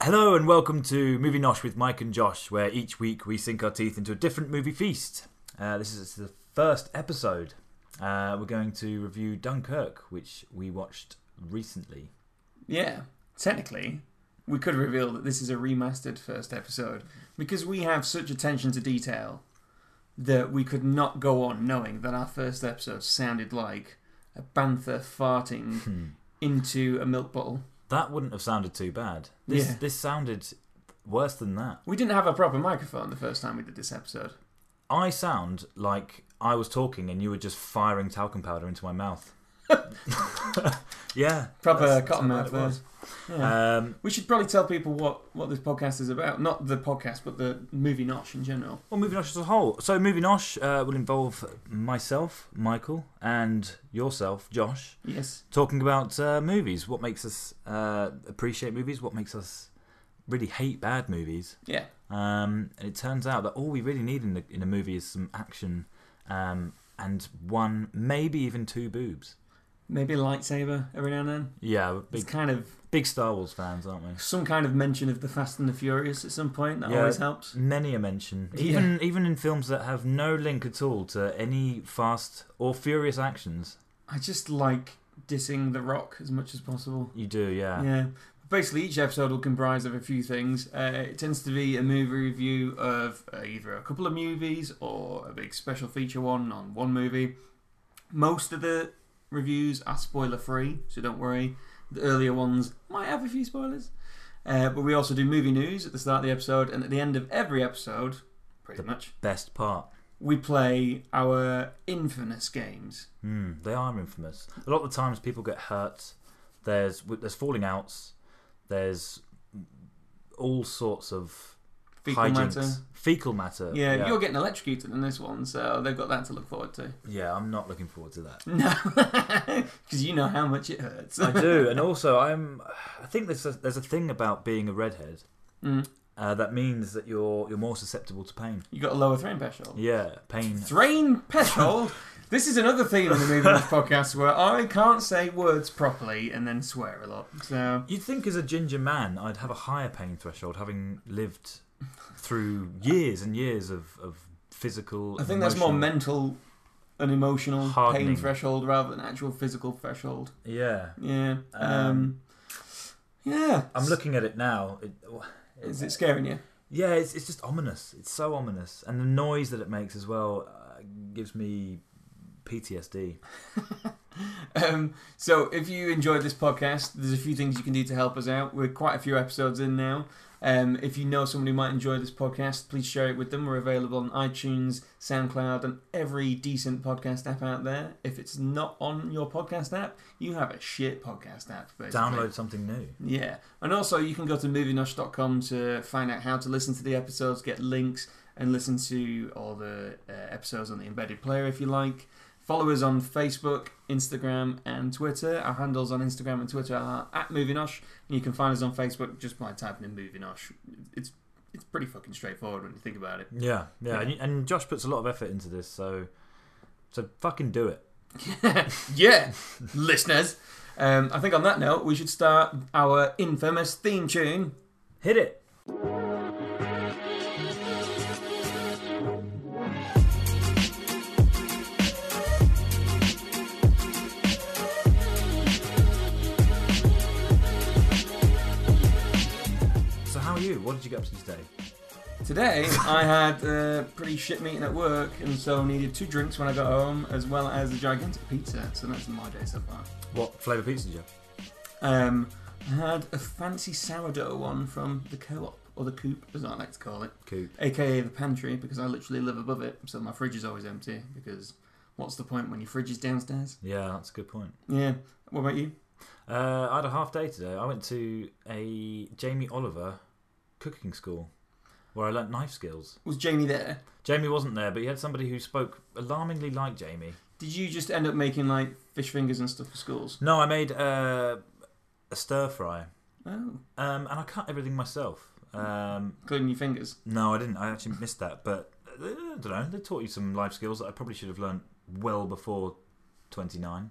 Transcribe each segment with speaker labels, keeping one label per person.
Speaker 1: Hello and welcome to Movie Nosh with Mike and Josh, where each week we sink our teeth into a different movie feast. Uh, this is the first episode. Uh, we're going to review Dunkirk, which we watched recently.
Speaker 2: Yeah, technically, we could reveal that this is a remastered first episode because we have such attention to detail that we could not go on knowing that our first episode sounded like a bantha farting into a milk bottle.
Speaker 1: That wouldn't have sounded too bad. This
Speaker 2: Yeah.
Speaker 1: this sounded worse than that.
Speaker 2: We didn't have a proper microphone the first time we did this episode.
Speaker 1: I sound like I was talking and you were just firing talcum powder into my mouth. yeah,
Speaker 2: Proper
Speaker 1: that's- that's how bad
Speaker 2: cottonmouth
Speaker 1: it
Speaker 2: there.
Speaker 1: was.
Speaker 2: Yeah.
Speaker 1: Um,
Speaker 2: we should probably tell people what, what this podcast is about. Not the podcast, but the movie Nosh in general.
Speaker 1: Well, Movie Nosh as a whole. So, Movie Nosh uh, will involve myself, Michael, and yourself, Josh,
Speaker 2: Yes.
Speaker 1: talking about uh, movies. What makes us uh, appreciate movies? What makes us really hate bad movies?
Speaker 2: Yeah.
Speaker 1: Um, and it turns out that all we really need in, the, in a movie is some action um, and one, maybe even two boobs.
Speaker 2: Maybe a lightsaber every now and then.
Speaker 1: Yeah, we're
Speaker 2: It's
Speaker 1: big,
Speaker 2: kind of
Speaker 1: big Star Wars fans, aren't we?
Speaker 2: some kind of mention of the Fast and the Furious at some point. That
Speaker 1: Yeah.
Speaker 2: always helps.
Speaker 1: Many a mention, even even in films that have no link at all to any fast or furious actions.
Speaker 2: I just like dissing The Rock as much as possible.
Speaker 1: You do,
Speaker 2: Yeah. Basically, each episode will comprise of a few things. Uh, it tends to be a movie review of uh, either a couple of movies or a big special feature one on one movie. Most of the reviews are spoiler free, so don't worry. The earlier ones might have a few spoilers. Uh, but we also do movie news at the start of the episode, and at the end of every episode, pretty much,
Speaker 1: Best part.
Speaker 2: we play our infamous games.
Speaker 1: Hmm, they are infamous. A lot of the times people get hurt. There's there's falling outs. There's all sorts of
Speaker 2: Fecal
Speaker 1: hijinks.
Speaker 2: matter.
Speaker 1: Fecal matter.
Speaker 2: Yeah,
Speaker 1: yeah.
Speaker 2: you're getting electrocuted in this one, so they've got that to look forward to.
Speaker 1: Yeah, I'm not looking forward to that.
Speaker 2: No, because you know how much it hurts.
Speaker 1: I do, and also I'm. I think there's a, there's a thing about being a redhead
Speaker 2: Mm.
Speaker 1: uh, that means that you're you're more susceptible to pain.
Speaker 2: You got a lower thrain threshold.
Speaker 1: Yeah, pain.
Speaker 2: Thrain threshold. this is another theme on the Movie Month podcast where I can't say words properly and then swear a lot. So
Speaker 1: You'd think as a ginger man, I'd have a higher pain threshold, having lived through years and years of, of physical.
Speaker 2: I think that's more
Speaker 1: emotional-
Speaker 2: mental and emotional
Speaker 1: Hardening.
Speaker 2: pain threshold rather than actual physical threshold.
Speaker 1: Yeah,
Speaker 2: Yeah. Um,
Speaker 1: Um,
Speaker 2: yeah.
Speaker 1: I'm looking at it now. It,
Speaker 2: Is it scaring you?
Speaker 1: yeah, it's, it's just ominous. It's so ominous, and the noise that it makes as well uh, gives me PTSD.
Speaker 2: Um, so if you enjoyed this podcast, there's a few things you can do to help us out. We're quite a few episodes in now. Um, if you know someone who might enjoy this podcast, please share it with them. We're available on iTunes, SoundCloud, and every decent podcast app out there. If it's not on your podcast app, you have a shit podcast app. Basically.
Speaker 1: Download something new.
Speaker 2: Yeah, and also you can go to movienosh.com to find out how to listen to the episodes, get links, and listen to all the uh, episodes on the embedded player if you like. Follow us on Facebook, Instagram, and Twitter. Our handles on Instagram and Twitter are at movienosh, and you can find us on Facebook just by typing in movienosh. It's it's pretty fucking straightforward when you think about it.
Speaker 1: Yeah, yeah,
Speaker 2: Yeah.
Speaker 1: And, you- and Josh puts a lot of effort into this, so so fucking do it.
Speaker 2: yeah, listeners. Um, I think on that note, we should start our infamous theme tune.
Speaker 1: Hit it. So how are you? What did you get up to today?
Speaker 2: Today I had a pretty shit meeting at work, and so needed two drinks when I got home, as well as a gigantic pizza. So that's my day so far.
Speaker 1: What flavour pizza did you have?
Speaker 2: Um, I had a fancy sourdough one from the Co-op or the Coop, as I like to call it,
Speaker 1: Coop.
Speaker 2: aka the pantry, because I literally live above it, so my fridge is always empty. Because what's the point when your fridge is downstairs?
Speaker 1: Yeah, that's a good point.
Speaker 2: Yeah. What about you?
Speaker 1: Uh, I had a half day today. I went to a Jamie Oliver cooking school where I learnt knife skills.
Speaker 2: Was Jamie there?
Speaker 1: Jamie wasn't there, but he had somebody who spoke alarmingly like Jamie.
Speaker 2: Did you just end up making like fish fingers and stuff for schools?
Speaker 1: No, I made uh, a stir fry,
Speaker 2: Oh,
Speaker 1: um, and I cut everything myself. Um,
Speaker 2: including your fingers.
Speaker 1: no, I didn't. I actually missed that, but uh, I don't know. They taught you some life skills that I probably should have learned well before twenty nine.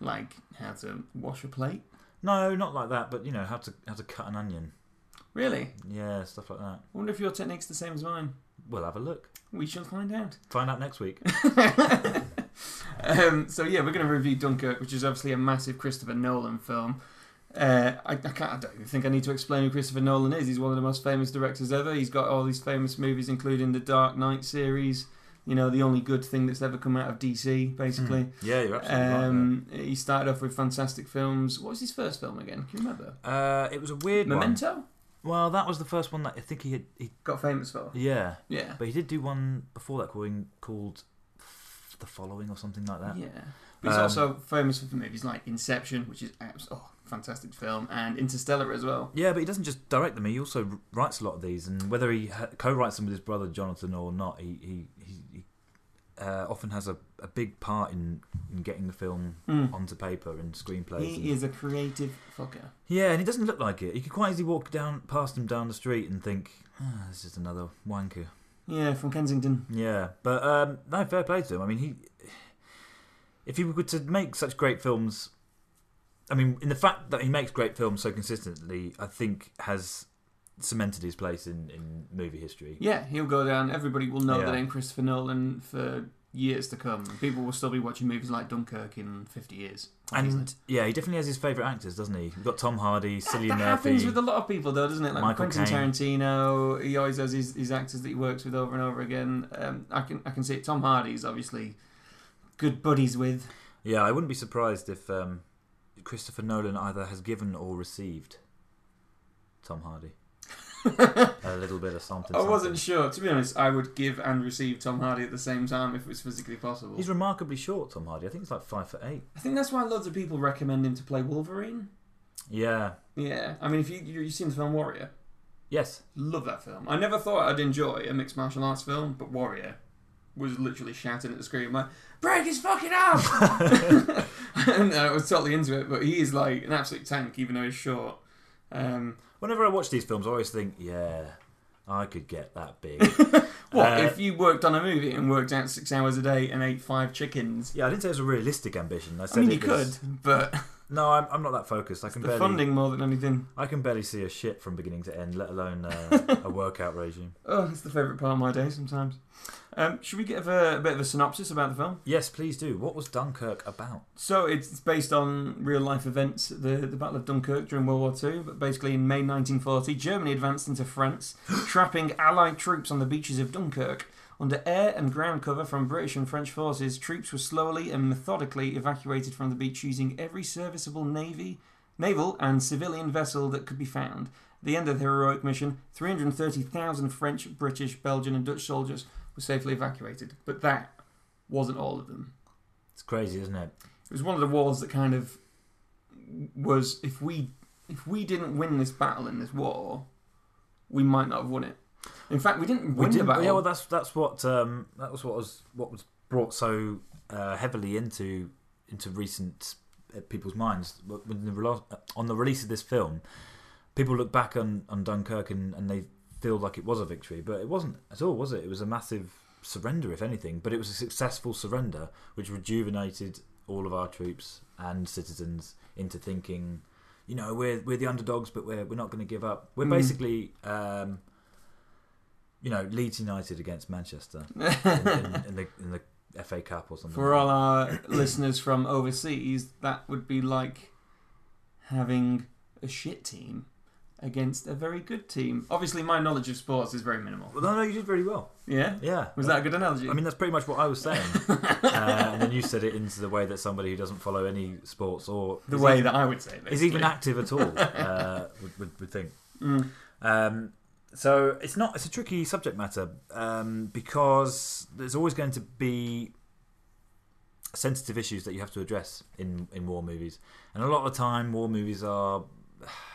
Speaker 2: Like how to wash a plate.
Speaker 1: No, not like that, but you know how to how to cut an onion.
Speaker 2: Really?
Speaker 1: Yeah, stuff like that.
Speaker 2: I wonder if your technique's the same as mine.
Speaker 1: We'll have a look.
Speaker 2: We shall find out.
Speaker 1: Find out next week.
Speaker 2: um, so yeah, we're going to review Dunkirk, which is obviously a massive Christopher Nolan film. Uh, I, I, can't, I don't even think I need to explain who Christopher Nolan is. He's one of the most famous directors ever. He's got all these famous movies, including the Dark Knight series. You know, the only good thing that's ever come out of DC, basically.
Speaker 1: Mm. yeah, you're Hmm. absolutely right.
Speaker 2: Um, he started off with fantastic films. What was his first film again? Can you remember?
Speaker 1: there. Uh, it was a weird
Speaker 2: Memento.
Speaker 1: one. Well, that was the first one that I think he had. He,
Speaker 2: Got famous for.
Speaker 1: yeah,
Speaker 2: Yeah.
Speaker 1: but he did do one before that called, called F- The Following or something like that.
Speaker 2: Yeah. But he's
Speaker 1: Um,
Speaker 2: also famous for movies like Inception, which is abs- oh, fantastic film, and Interstellar as well.
Speaker 1: Yeah, but he doesn't just direct them. He also r- writes a lot of these, and whether he ha- co-writes them with his brother Jonathan or not, he he, he, he uh, often has a, a big part in, in getting the film
Speaker 2: Mm.
Speaker 1: onto paper and screenplays. and-
Speaker 2: He is a creative fucker.
Speaker 1: Yeah, and he doesn't look like it. You could quite easily walk down past him down the street and think, ah, "This is another wanker."
Speaker 2: Yeah, from Kensington.
Speaker 1: Yeah, but um, no, fair play to him. I mean, he if he were to make such great films, I mean, in the fact that he makes great films so consistently, I think has cemented his place in, in movie history.
Speaker 2: Yeah, he'll go down. Everybody will know the
Speaker 1: Yeah.
Speaker 2: name Christopher Nolan for years to come. People will still be watching movies like Dunkirk in 50 years. quite easily.
Speaker 1: And yeah, he definitely has his favourite actors, doesn't he? We've got Tom Hardy,
Speaker 2: that,
Speaker 1: Cillian
Speaker 2: that happens
Speaker 1: Murphy.
Speaker 2: with a lot of people, though, doesn't it? Like
Speaker 1: Michael
Speaker 2: Quentin
Speaker 1: Caine.
Speaker 2: Tarantino, he always has his, his actors that he works with over and over again. Um, I can I can see it. Tom Hardy's obviously good buddies with.
Speaker 1: Yeah, I wouldn't be surprised if um, Christopher Nolan either has given or received Tom Hardy a little bit of something.
Speaker 2: I
Speaker 1: something.
Speaker 2: wasn't sure. To be honest, I would give and receive Tom Hardy at the same time if it was physically possible.
Speaker 1: He's remarkably short, Tom Hardy. I think he's like five foot eight.
Speaker 2: I think that's why loads of people recommend him to play Wolverine.
Speaker 1: Yeah.
Speaker 2: Yeah, I mean, if you you- you've seen the film Warrior,
Speaker 1: Yes.
Speaker 2: love that film. I never thought I'd enjoy a mixed martial arts film, but Warrior was literally shouting at the screen like, "Break his fucking arm!" and uh, I was totally into it. But he is like an absolute tank, even though he's short. Um,
Speaker 1: Whenever I watch these films, I always think, yeah, I could get that big.
Speaker 2: what
Speaker 1: Uh,
Speaker 2: if you worked on a movie and worked out six hours a day and ate five chickens?
Speaker 1: yeah, I didn't say it was a realistic ambition. I,
Speaker 2: I
Speaker 1: said
Speaker 2: mean, you
Speaker 1: it was-
Speaker 2: could, but
Speaker 1: No, I'm, I'm not that focused. I can
Speaker 2: the
Speaker 1: barely.
Speaker 2: funding more than anything.
Speaker 1: I can barely see a shit from beginning to end, let alone uh, a workout regime.
Speaker 2: Oh, it's the favourite part of my day sometimes. Um, should we give a, a bit of a synopsis about the film?
Speaker 1: Yes, please do. What was Dunkirk about?
Speaker 2: So it's it's based on real life events, the, the Battle of Dunkirk during World War II, but basically in May 1940, Germany advanced into France, trapping Allied troops on the beaches of Dunkirk. Under air and ground cover from British and French forces, troops were slowly and methodically evacuated from the beach using every serviceable navy, naval and civilian vessel that could be found. At the end of the heroic mission, 330,000 French, British, Belgian, and Dutch soldiers were safely evacuated. But that wasn't all of them
Speaker 1: It's crazy, isn't it?
Speaker 2: it was one of the wars that kind of was if we if we didn't win this battle in this war, we might not have won it. In fact, we didn't
Speaker 1: We
Speaker 2: win the
Speaker 1: didn't-
Speaker 2: battle.
Speaker 1: Yeah, well, that's that's what um, that was what was what was brought so uh, heavily into into recent uh, people's minds But when the relo- uh, on the release of this film. People look back on, on Dunkirk and, and they feel like it was a victory, but it wasn't at all, was it? It was a massive surrender, if anything, but it was a successful surrender which rejuvenated all of our troops and citizens into thinking, you know, we're we're the underdogs, but we're we're not going to give up. We're
Speaker 2: Mm.
Speaker 1: basically. Um, you know, Leeds United against Manchester in, in, in the in the FA Cup or something.
Speaker 2: For all our listeners from overseas, that would be like having a shit team against a very good team. Obviously, my knowledge of sports is very minimal.
Speaker 1: well, no, no, you did really well.
Speaker 2: Yeah,
Speaker 1: Yeah,
Speaker 2: was that a good analogy?
Speaker 1: I mean, that's pretty much what I was saying, uh, and then you said it into the way that somebody who doesn't follow any sports or
Speaker 2: the
Speaker 1: is
Speaker 2: way
Speaker 1: even,
Speaker 2: that I would say it.
Speaker 1: is even active at all uh, would, would would think.
Speaker 2: Mm.
Speaker 1: Um, so it's not it's a tricky subject matter um, because there's always going to be sensitive issues that you have to address in in war movies, and a lot of the time war movies are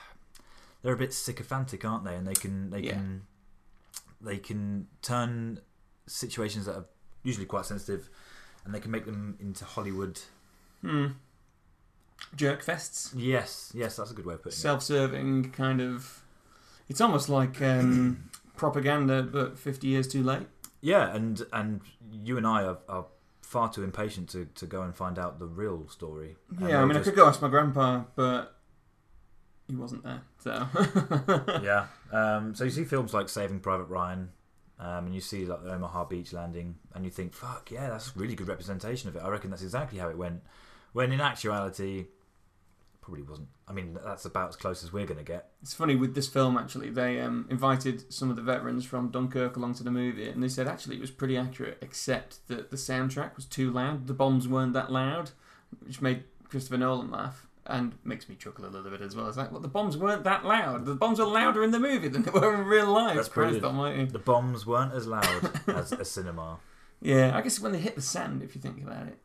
Speaker 1: they're a bit sycophantic, aren't they? And they can they
Speaker 2: Yeah.
Speaker 1: can they can turn situations that are usually quite sensitive, and they can make them into Hollywood.
Speaker 2: Hmm. Jerk fests.
Speaker 1: Yes, yes, that's a good way of putting it.
Speaker 2: self-serving kind of. It's almost like um, propaganda, but fifty years too late.
Speaker 1: Yeah, and and you and I are, are far too impatient to, to go and find out the real story. And
Speaker 2: yeah, I
Speaker 1: we'll
Speaker 2: mean, I
Speaker 1: just-
Speaker 2: could go ask my grandpa, but he wasn't there. So
Speaker 1: yeah. Um, so you see films like Saving Private Ryan, um, and you see like the Omaha Beach landing, and you think, "Fuck yeah, that's really good representation of it." I reckon that's exactly how it went. When in actuality, probably wasn't. I mean, that's about as close as we're going to get.
Speaker 2: it's funny with this film actually. They um, invited some of the veterans from Dunkirk along to the movie, and they said actually it was pretty accurate, except that the soundtrack was too loud. The bombs weren't that loud, which made Christopher Nolan laugh. And makes me chuckle a little bit as well. It's like, well, the bombs weren't that loud. The bombs were louder in the movie than they were in real life.
Speaker 1: That's
Speaker 2: Christ
Speaker 1: brilliant.
Speaker 2: almighty.
Speaker 1: The bombs weren't as loud as a cinema.
Speaker 2: Yeah, I guess when they hit the sand, if you think about it,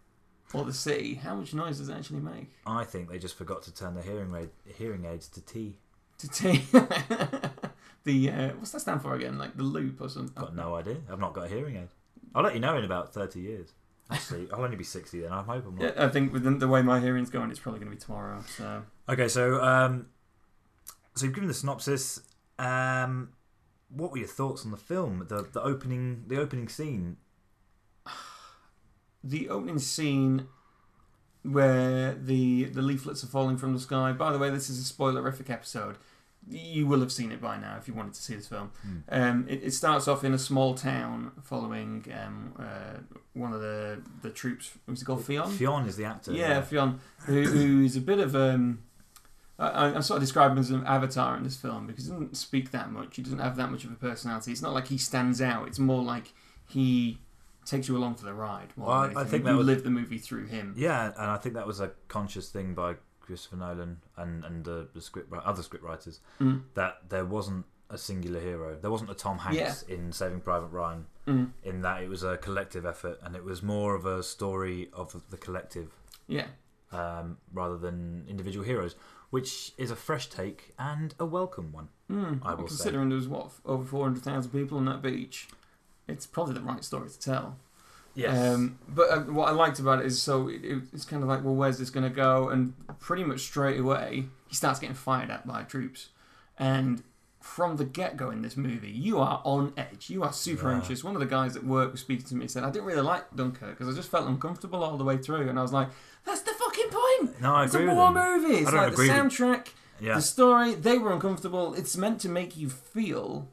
Speaker 2: or the sea, how much noise does it actually make?
Speaker 1: I think they just forgot to turn their hearing aid, hearing aids to T.
Speaker 2: To take the uh, what's that stand for again? Like the loop or something?
Speaker 1: Got no idea. I've not got a hearing aid. I'll let you know in about thirty years. Actually, I'll only be sixty then. I hope I'm not.
Speaker 2: Yeah, I think with the, the way my hearing's going, it's probably going to be tomorrow. So
Speaker 1: Okay, so um, so you've given the synopsis. Um, what were your thoughts on the film? The the opening the opening scene.
Speaker 2: the opening scene where the the leaflets are falling from the sky. By the way, this is a spoilerific episode. You will have seen it by now if you wanted to see this film.
Speaker 1: Hmm.
Speaker 2: Um, it, it starts off in a small town following um, uh, one of the the troops. Was it called Fionn?
Speaker 1: Fionn is the actor.
Speaker 2: Yeah, Fionn, who, who's a bit of um, I, I- I sort of describe him as an avatar in this film because he doesn't speak that much. He doesn't have that much of a personality. It's not like he stands out. It's more like he takes you along for the ride. More
Speaker 1: Well, I- I
Speaker 2: than anything.
Speaker 1: think that
Speaker 2: you
Speaker 1: was-
Speaker 2: live the movie through him.
Speaker 1: Yeah, and I think that was a conscious thing by Christopher Nolan and and uh, the script wri- other script writers
Speaker 2: Mm.
Speaker 1: that there wasn't a singular hero. There wasn't a Tom Hanks in Saving Private Ryan.
Speaker 2: Mm.
Speaker 1: In that it was a collective effort, and it was more of a story of the collective
Speaker 2: Yeah,
Speaker 1: um, rather than individual heroes, which is a fresh take and a welcome one.
Speaker 2: mm.
Speaker 1: I will say.
Speaker 2: considering there was what f- over four hundred thousand people on that beach, it's probably the right story to tell. Um, but uh, what I liked about it is so it, it, it's kind of like, well, where's this going to go? And pretty much straight away, he starts getting fired at by troops. And from the get go in this movie, you are on edge. You are super
Speaker 1: Yeah.
Speaker 2: anxious. One of the guys at work was speaking to me and said, I didn't really like Dunkirk because I just felt uncomfortable all the way through. And I was like, that's the fucking point.
Speaker 1: no, I
Speaker 2: It's a
Speaker 1: agree with
Speaker 2: war
Speaker 1: them.
Speaker 2: movie. It's
Speaker 1: don't
Speaker 2: like the
Speaker 1: agree with-
Speaker 2: soundtrack,
Speaker 1: Yeah,
Speaker 2: the story. They were uncomfortable. It's meant to make you feel,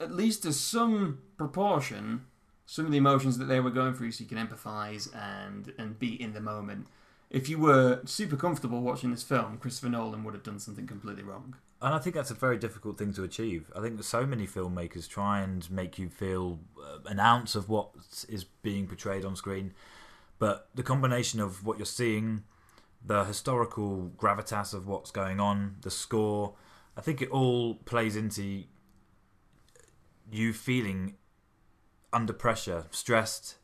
Speaker 2: at least to some proportion, some of the emotions that they were going through, so you can empathise and and be in the moment. If you were super comfortable watching this film, Christopher Nolan would have done something completely wrong.
Speaker 1: and I think that's a very difficult thing to achieve. I think that so many filmmakers try and make you feel uh, an ounce of what is being portrayed on screen, but the combination of what you're seeing, the historical gravitas of what's going on, the score, I think it all plays into you feeling under pressure, stressed.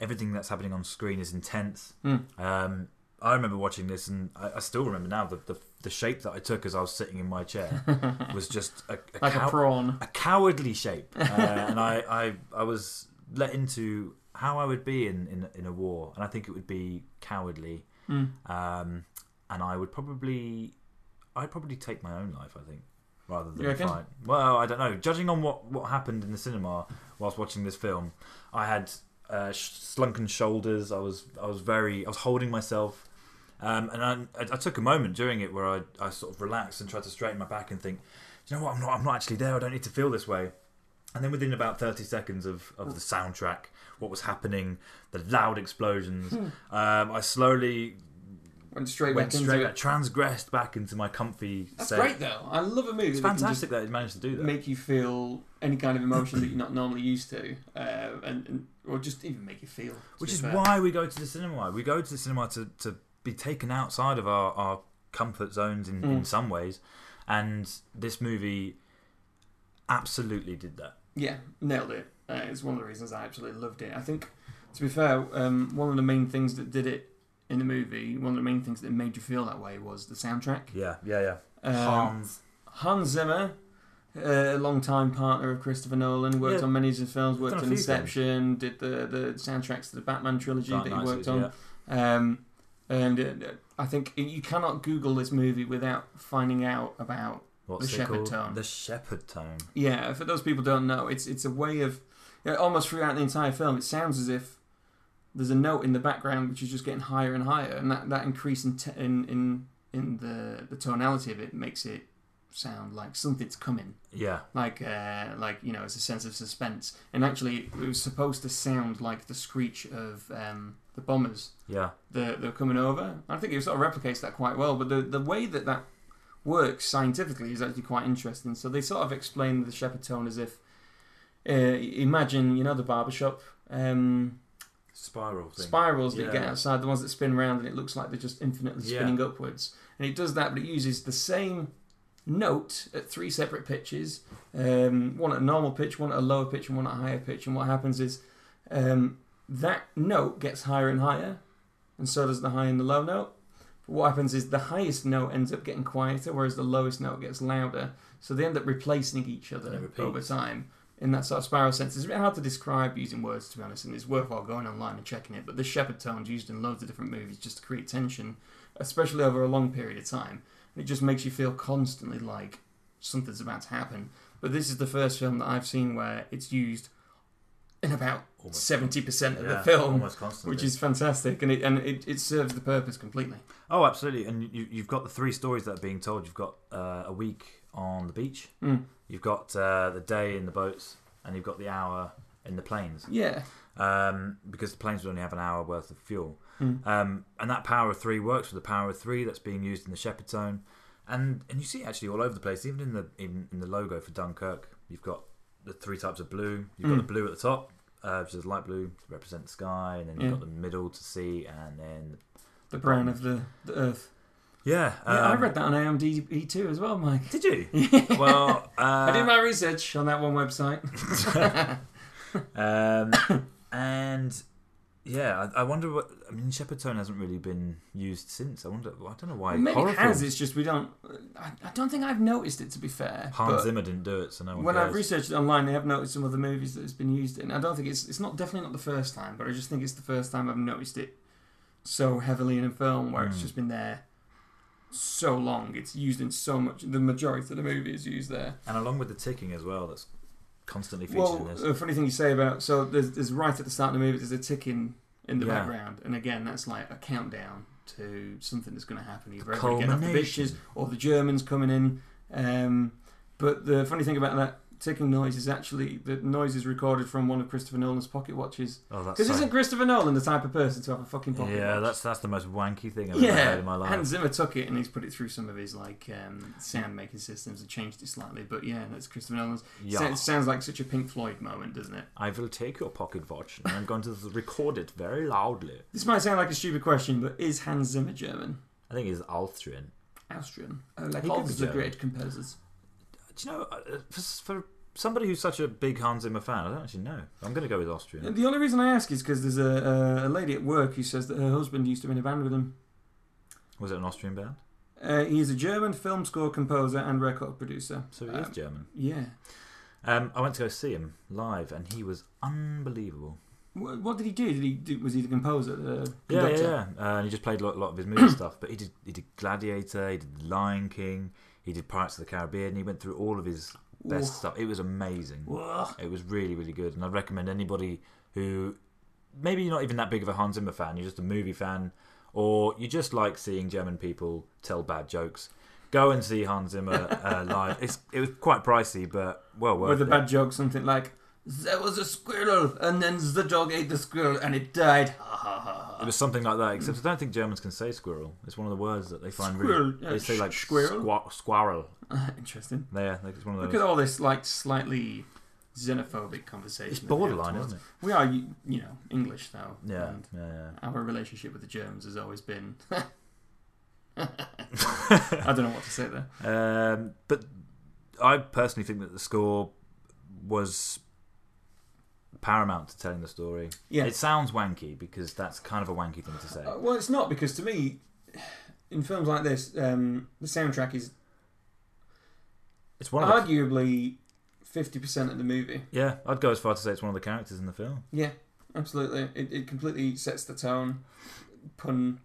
Speaker 1: Everything that's happening on screen is intense.
Speaker 2: Mm.
Speaker 1: Um, I remember watching this, and I, I still remember now the, the the shape that I took as I was sitting in my chair was just a, a,
Speaker 2: Like
Speaker 1: cow-
Speaker 2: a prawn.
Speaker 1: a cowardly shape, uh, and I, I I was let into how I would be in, in in a war, and I think it would be cowardly,
Speaker 2: Mm.
Speaker 1: um, and I would probably I'd probably take my own life, I think, rather
Speaker 2: You
Speaker 1: than
Speaker 2: reckon?
Speaker 1: fight. Well, I don't know. Judging on what what happened in the cinema whilst watching this film, I had uh, sh- slunken shoulders. I was I was very I was holding myself. Um, and I, I, I took a moment during it where I, I sort of relaxed and tried to straighten my back and think, do you know what? I'm not, I'm not actually there. I don't need to feel this way. And then within about 30 seconds of, of the soundtrack, what was happening, the loud explosions,
Speaker 2: Hmm.
Speaker 1: um, I slowly
Speaker 2: Went straight
Speaker 1: went
Speaker 2: back into
Speaker 1: straight,
Speaker 2: it.
Speaker 1: back, transgressed back into my comfy
Speaker 2: That's
Speaker 1: state.
Speaker 2: great though. I love a movie.
Speaker 1: It's
Speaker 2: that can just
Speaker 1: fantastic that it managed to do that.
Speaker 2: make you feel any kind of emotion that you're not normally used to, uh, and, and or just even make you feel. to
Speaker 1: Which
Speaker 2: be
Speaker 1: is
Speaker 2: fair.
Speaker 1: why we go to the cinema. We go to the cinema to, to be taken outside of our, our comfort zones in, in
Speaker 2: Mm.
Speaker 1: some ways. And this movie absolutely did that.
Speaker 2: Yeah, nailed it. Uh, it's one of the reasons I absolutely loved it. I think, to be fair, um, one of the main things that did it in the movie, one of the main things that made you feel that way was the soundtrack.
Speaker 1: Yeah, yeah, yeah.
Speaker 2: Um,
Speaker 1: Hans.
Speaker 2: Hans Zimmer, a long-time partner of Christopher Nolan, worked
Speaker 1: Yeah.
Speaker 2: on many of his films, worked
Speaker 1: Done a
Speaker 2: on
Speaker 1: few
Speaker 2: Inception, did the, the soundtracks to the Batman trilogy
Speaker 1: Dark
Speaker 2: that he
Speaker 1: Knight
Speaker 2: worked
Speaker 1: series,
Speaker 2: on.
Speaker 1: yeah.
Speaker 2: Um, and uh, I think you cannot Google this movie without finding out about
Speaker 1: What's
Speaker 2: The
Speaker 1: it
Speaker 2: Shepherd
Speaker 1: called?
Speaker 2: Tone.
Speaker 1: The Shepherd Tone.
Speaker 2: Yeah, for those people who don't know, it's it's a way of yeah, almost throughout the entire film. It sounds as if there's a note in the background which is just getting higher and higher, and that, that increase in, te- in in in the the tonality of it makes it sound like something's coming,
Speaker 1: Yeah.
Speaker 2: like uh, like you know, it's a sense of suspense. And actually, it was supposed to sound like the screech of um, the bombers
Speaker 1: Yeah.
Speaker 2: that they're coming over. I think it sort of replicates that quite well. But the the way that that works scientifically is actually quite interesting. So they sort of explain the shepherd tone as if uh, imagine you know the barbershop. Um,
Speaker 1: Spiral thing.
Speaker 2: spirals that you get
Speaker 1: Yeah.
Speaker 2: outside, the ones that spin round, and it looks like they're just infinitely
Speaker 1: Yeah.
Speaker 2: spinning upwards. And it does that, but it uses the same note at three separate pitches um, one at a normal pitch, one at a lower pitch, and one at a higher pitch. And what happens is um, that note gets higher and higher, and so does the high and the low note. But what happens is the highest note ends up getting quieter, whereas the lowest note gets louder. So they end up replacing each
Speaker 1: And it
Speaker 2: other
Speaker 1: repeats.
Speaker 2: over time in that sort of spiral sense. It's a bit hard to describe using words, to be honest, and it's worthwhile going online and checking it. But the shepherd tone's used in loads of different movies just to create tension, especially over a long period of time. And it just makes you feel constantly like something's about to happen. But this is the first film that I've seen where it's used in about
Speaker 1: Almost.
Speaker 2: seventy percent of
Speaker 1: Yeah,
Speaker 2: the film,
Speaker 1: Almost constantly.
Speaker 2: which is fantastic, and it and it, it serves the purpose completely.
Speaker 1: Oh, absolutely. And you, you've got the three stories that are being told. You've got uh, a week on the beach.
Speaker 2: Mm.
Speaker 1: You've got uh, the day in the boats, and you've got the hour in the planes.
Speaker 2: Yeah,
Speaker 1: Um, because the planes would only have an hour worth of fuel.
Speaker 2: Mm.
Speaker 1: Um, and that power of three works with the power of three that's being used in the shepherd zone. And and you see it actually all over the place, even in the even in the logo for Dunkirk, you've got the three types of blue. You've got
Speaker 2: Mm.
Speaker 1: the blue at the top, uh, which is light blue to represent the sky, and then you've
Speaker 2: Yeah.
Speaker 1: got the middle to see, and then
Speaker 2: the brown of the, the earth.
Speaker 1: yeah,
Speaker 2: yeah, I
Speaker 1: um,
Speaker 2: read that on IMDb too E as well, Mike.
Speaker 1: Did you? well, uh,
Speaker 2: I did my research on that one website.
Speaker 1: um, and yeah, I, I wonder what. I mean, Shepherd Tone hasn't really been used since. I wonder. I don't know why.
Speaker 2: Maybe
Speaker 1: horror
Speaker 2: it has.
Speaker 1: films-
Speaker 2: It's just we don't. I, I don't think I've noticed it to be fair.
Speaker 1: Hans
Speaker 2: but-
Speaker 1: Zimmer didn't do it, so no one
Speaker 2: when
Speaker 1: cares.
Speaker 2: I've researched it online, I have noticed some of the movies that it's been used in. I don't think it's it's not definitely not the first time, but I just think it's the first time I've noticed it so heavily in a film where it's
Speaker 1: Mm.
Speaker 2: just been there so long. It's used in so much. The majority of the movie is used there.
Speaker 1: and along with the ticking as well, that's constantly featured in
Speaker 2: Well, uh,
Speaker 1: this.
Speaker 2: a funny thing you say about so there's, there's right at the start of the movie there's a ticking in the
Speaker 1: Yeah.
Speaker 2: background, and again that's like a countdown to something that's going to happen either everybody getting off the
Speaker 1: culmination.
Speaker 2: bitches or the Germans coming in. Um, but the funny thing about that ticking noise is actually the noise is recorded from one of Christopher Nolan's pocket watches.
Speaker 1: oh, that's
Speaker 2: Because
Speaker 1: so-
Speaker 2: isn't Christopher Nolan the type of person to have a fucking pocket watch?
Speaker 1: yeah, that's that's the most wanky thing I've ever
Speaker 2: Yeah,
Speaker 1: heard in my life.
Speaker 2: Hans Zimmer took it and he's put it through some of his like um, sound making systems and changed it slightly. But yeah, that's Christopher Nolan's.
Speaker 1: yeah,
Speaker 2: Sounds, sounds like such a Pink Floyd moment, doesn't it?
Speaker 1: I will take your pocket watch and I'm going to record it very loudly.
Speaker 2: This might sound like a stupid question, but is Hans Zimmer German?
Speaker 1: I think it's Austrian.
Speaker 2: Austrian? Oh, like
Speaker 1: Uh, He
Speaker 2: all
Speaker 1: could be
Speaker 2: of the
Speaker 1: German.
Speaker 2: great composers.
Speaker 1: Do you know, uh, for, for somebody who's such a big Hans Zimmer fan, I don't actually know. I'm going to go with Austrian.
Speaker 2: The only reason I ask is because there's a, a, a lady at work who says that her husband used to be in a band with him.
Speaker 1: Was it an Austrian band?
Speaker 2: Uh, he is a German film score composer and record producer.
Speaker 1: So he is
Speaker 2: Um,
Speaker 1: German.
Speaker 2: Yeah.
Speaker 1: Um, I went to go see him live, and he was unbelievable.
Speaker 2: What, what did he do? Did he do, was he the composer? The
Speaker 1: Yeah, yeah,
Speaker 2: conductor?
Speaker 1: yeah. Uh, and he just played a lot, lot of his movie stuff. But he did, he did Gladiator, he did Lion King, he did Pirates of the Caribbean. He went through all of his best stuff. It was amazing.
Speaker 2: Whoa.
Speaker 1: It was really, really good. And I'd recommend anybody who maybe you're not even that big of a Hans Zimmer fan, you're just a movie fan, or you just like seeing German people tell bad jokes. Go and see Hans Zimmer uh, live. It's, it was quite pricey, but well worth
Speaker 2: With a
Speaker 1: it.
Speaker 2: bad joke, something like, There was a squirrel, and then the dog ate the squirrel, and it died. Ha ha ha ha.
Speaker 1: It was something like that, except I don't think Germans can say squirrel. It's one of the words that they find really.
Speaker 2: Squirrel, yeah,
Speaker 1: They say
Speaker 2: sh-
Speaker 1: like
Speaker 2: squirrel. Ah,
Speaker 1: Squar- squirrel.
Speaker 2: Interesting.
Speaker 1: Yeah, like it's one of
Speaker 2: Look
Speaker 1: those.
Speaker 2: at all this like slightly xenophobic conversation.
Speaker 1: It's
Speaker 2: that we have
Speaker 1: borderline,
Speaker 2: towards-
Speaker 1: isn't it?
Speaker 2: We are, you you know, English though.
Speaker 1: Yeah,
Speaker 2: And
Speaker 1: yeah, yeah.
Speaker 2: our relationship with the Germans has always been. I don't know what to say there.
Speaker 1: Um, but I personally think that the score was paramount to telling the story.
Speaker 2: Yeah.
Speaker 1: It sounds wanky because that's kind of a wanky thing to say.
Speaker 2: Uh, well, it's not because to me, in films like this, um, the soundtrack is
Speaker 1: It's one of the,
Speaker 2: arguably fifty percent of the movie.
Speaker 1: yeah. I'd go as far to say it's one of the characters in the film.
Speaker 2: Yeah, absolutely. It, it completely sets the tone. Pun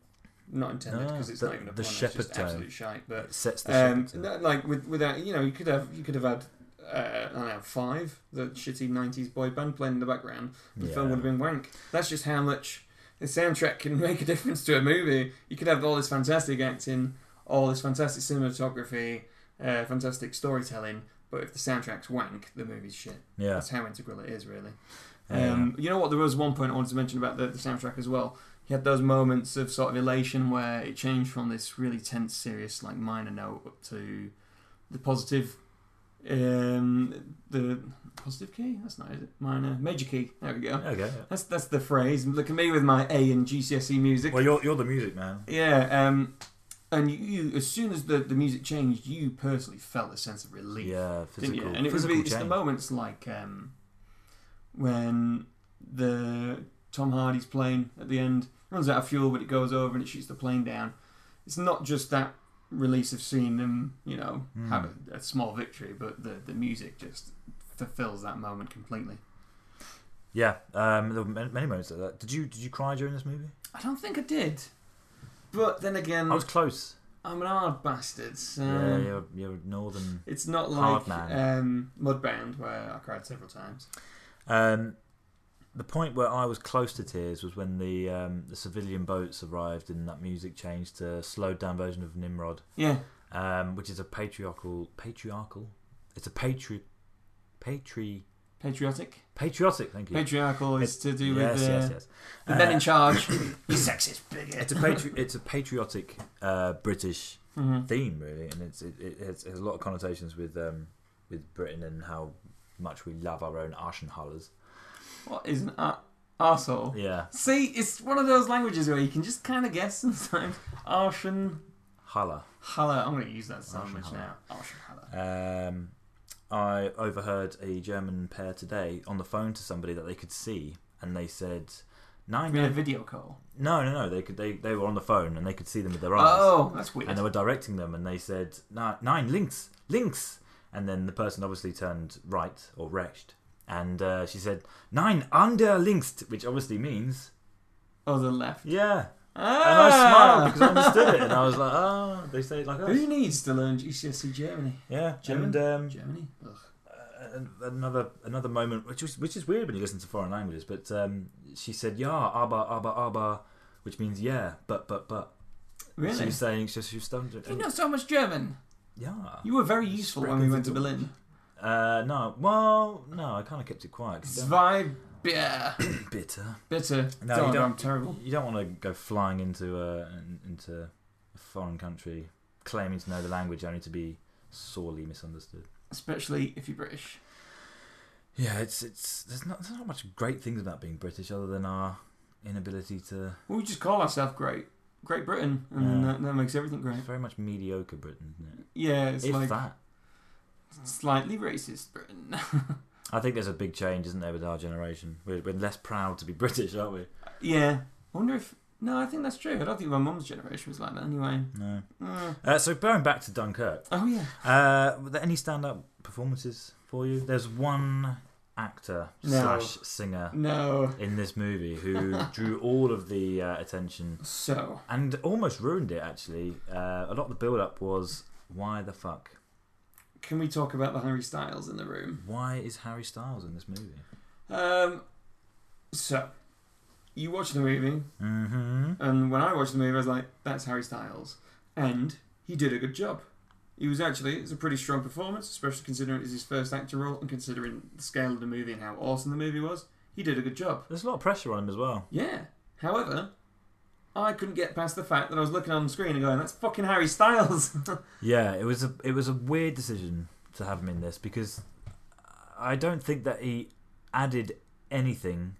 Speaker 2: not intended
Speaker 1: No,
Speaker 2: because it's
Speaker 1: Ah, the-
Speaker 2: not even a
Speaker 1: the
Speaker 2: pun. it's
Speaker 1: shepherd
Speaker 2: just
Speaker 1: tone.
Speaker 2: absolute shite. But
Speaker 1: It sets the
Speaker 2: Um,
Speaker 1: shepherd.
Speaker 2: no, like with without you know you could have you could have had uh, I don't know five the shitty nineties boy band playing in the background. The film would have been wank. That's just how much the soundtrack can make a difference to a movie. You could have all this fantastic acting, all this fantastic cinematography, uh, fantastic storytelling, but if the soundtrack's wank, the movie's shit.
Speaker 1: Yeah.
Speaker 2: That's how integral it is, really.
Speaker 1: Yeah.
Speaker 2: Um, you know what? There was one point I wanted to mention about the, the soundtrack as well. He had those moments of sort of elation where it changed from this really tense, serious, like minor note up to the positive, um, the positive key. That's not is it. Minor, major key. There we go.
Speaker 1: Okay.
Speaker 2: That's that's the phrase. Look at me with my A and GCSE E music.
Speaker 1: Well, you're, you're the music man.
Speaker 2: Yeah. Um, and you, you, as soon as the, the music changed, you personally felt a sense of relief
Speaker 1: Yeah,
Speaker 2: didn't
Speaker 1: physical.
Speaker 2: you? And it was a
Speaker 1: physical
Speaker 2: bit, it's the
Speaker 1: change.
Speaker 2: moments like um, when the Tom Hardy's plane at the end runs out of fuel, but it goes over and it shoots the plane down. It's not just that release of seeing them, you know,
Speaker 1: Mm.
Speaker 2: have a, a small victory, but the the music just fulfills that moment completely.
Speaker 1: Yeah, um, there were ma- many moments like that. Did you did you cry during this movie?
Speaker 2: I don't think I did, but then again,
Speaker 1: I was close.
Speaker 2: I'm an hard bastard, so
Speaker 1: yeah, you're, you're northern.
Speaker 2: it's not
Speaker 1: Hard
Speaker 2: like
Speaker 1: man.
Speaker 2: um, Mudbound where I cried several times.
Speaker 1: Um, the point where I was close to tears was when the um, the civilian boats arrived and that music changed to slowed down version of Nimrod,
Speaker 2: Yeah,
Speaker 1: um, which is a patriarchal patriarchal. It's a patri patri
Speaker 2: patriotic.
Speaker 1: patriotic. Thank you.
Speaker 2: Patriarchal is to do
Speaker 1: yes,
Speaker 2: with uh,
Speaker 1: yes, yes.
Speaker 2: the
Speaker 1: Uh,
Speaker 2: men in charge. you sexist bigot.
Speaker 1: it's a patri- it's a patriotic uh, British
Speaker 2: Mhm.
Speaker 1: theme really, and it's it, it has, has a lot of connotations with um, with Britain and how much we love our own Arshenhullers.
Speaker 2: What is an ar- arsehole?
Speaker 1: Yeah,
Speaker 2: See, it's one of those languages where you can just kind of guess sometimes. Arshan
Speaker 1: Huller.
Speaker 2: Hala. I'm going to use that sandwich
Speaker 1: Arshenhaller.
Speaker 2: now. Arshan Hala.
Speaker 1: Um, I overheard a German pair today on the phone to somebody that they could see, and they said
Speaker 2: I
Speaker 1: nine.
Speaker 2: mean, a video call.
Speaker 1: No, no, no. They could they they were on the phone and they could see them with their eyes.
Speaker 2: Oh, that's weird.
Speaker 1: and they were directing them and they said "Ni- nine links links and then the person obviously turned right or recht and uh, she said nine under links which obviously means
Speaker 2: Oh, the left.
Speaker 1: yeah
Speaker 2: Ah!
Speaker 1: and i smiled because i understood it and i was like oh they say it like
Speaker 2: Who
Speaker 1: us.
Speaker 2: needs to learn GCSE E Germany?
Speaker 1: yeah
Speaker 2: German?
Speaker 1: and um,
Speaker 2: Germany? Ugh.
Speaker 1: uh, another another moment which was, which is weird when you listen to foreign languages but um, she said yeah aber aber aber which means yeah but but but she
Speaker 2: Really?
Speaker 1: was saying she was, she was stunned
Speaker 2: You know so much German.
Speaker 1: yeah
Speaker 2: You were very useful when we went to
Speaker 1: Sprechen Sie
Speaker 2: Berlin.
Speaker 1: Uh, no, well, no, I kind of kept it quiet. 'cause you don't-
Speaker 2: Zwei Bier.
Speaker 1: bitter.
Speaker 2: Bitter.
Speaker 1: No,
Speaker 2: God,
Speaker 1: you don't-
Speaker 2: I'm terrible.
Speaker 1: You don't want to go flying into a in- into a foreign country claiming to know the language only to be sorely misunderstood.
Speaker 2: Especially if you're British.
Speaker 1: Yeah, it's it's there's not there's not much great things about being British other than our inability to
Speaker 2: Well, we just call ourselves Great Great Britain, and then
Speaker 1: Yeah.
Speaker 2: that, that makes everything great.
Speaker 1: it's very much mediocre Britain, isn't it?
Speaker 2: Yeah, it's
Speaker 1: if
Speaker 2: like
Speaker 1: that.
Speaker 2: slightly racist Britain.
Speaker 1: I think there's a big change, isn't there, with our generation? We're, we're less proud to be British, aren't we?
Speaker 2: yeah, I wonder if no, I think that's true. I don't think my mum's generation was like that anyway.
Speaker 1: No.
Speaker 2: Mm.
Speaker 1: Uh, so going back to Dunkirk,
Speaker 2: Oh yeah,
Speaker 1: Uh, were there any standout performances for you? There's one actor
Speaker 2: No.
Speaker 1: slash singer
Speaker 2: no.
Speaker 1: in this movie who drew all of the uh, attention
Speaker 2: So
Speaker 1: and almost ruined it. Actually, uh, a lot of the build-up was why the fuck?
Speaker 2: can we talk about the Harry Styles in the room?
Speaker 1: Why is Harry Styles in this movie?
Speaker 2: Um, so you watch the movie,
Speaker 1: Mm-hmm.
Speaker 2: and when I watched the movie, I was like, "That's Harry Styles," and he did a good job. He was actually it's a pretty strong performance, especially considering it's his first actor role and considering the scale of the movie and how awesome the movie was. He did a good job.
Speaker 1: There's a lot of pressure on him as well.
Speaker 2: Yeah. However, I couldn't get past the fact that I was looking on the screen and going, "That's fucking Harry Styles."
Speaker 1: Yeah, it was a it was a weird decision to have him in this because I don't think that he added anything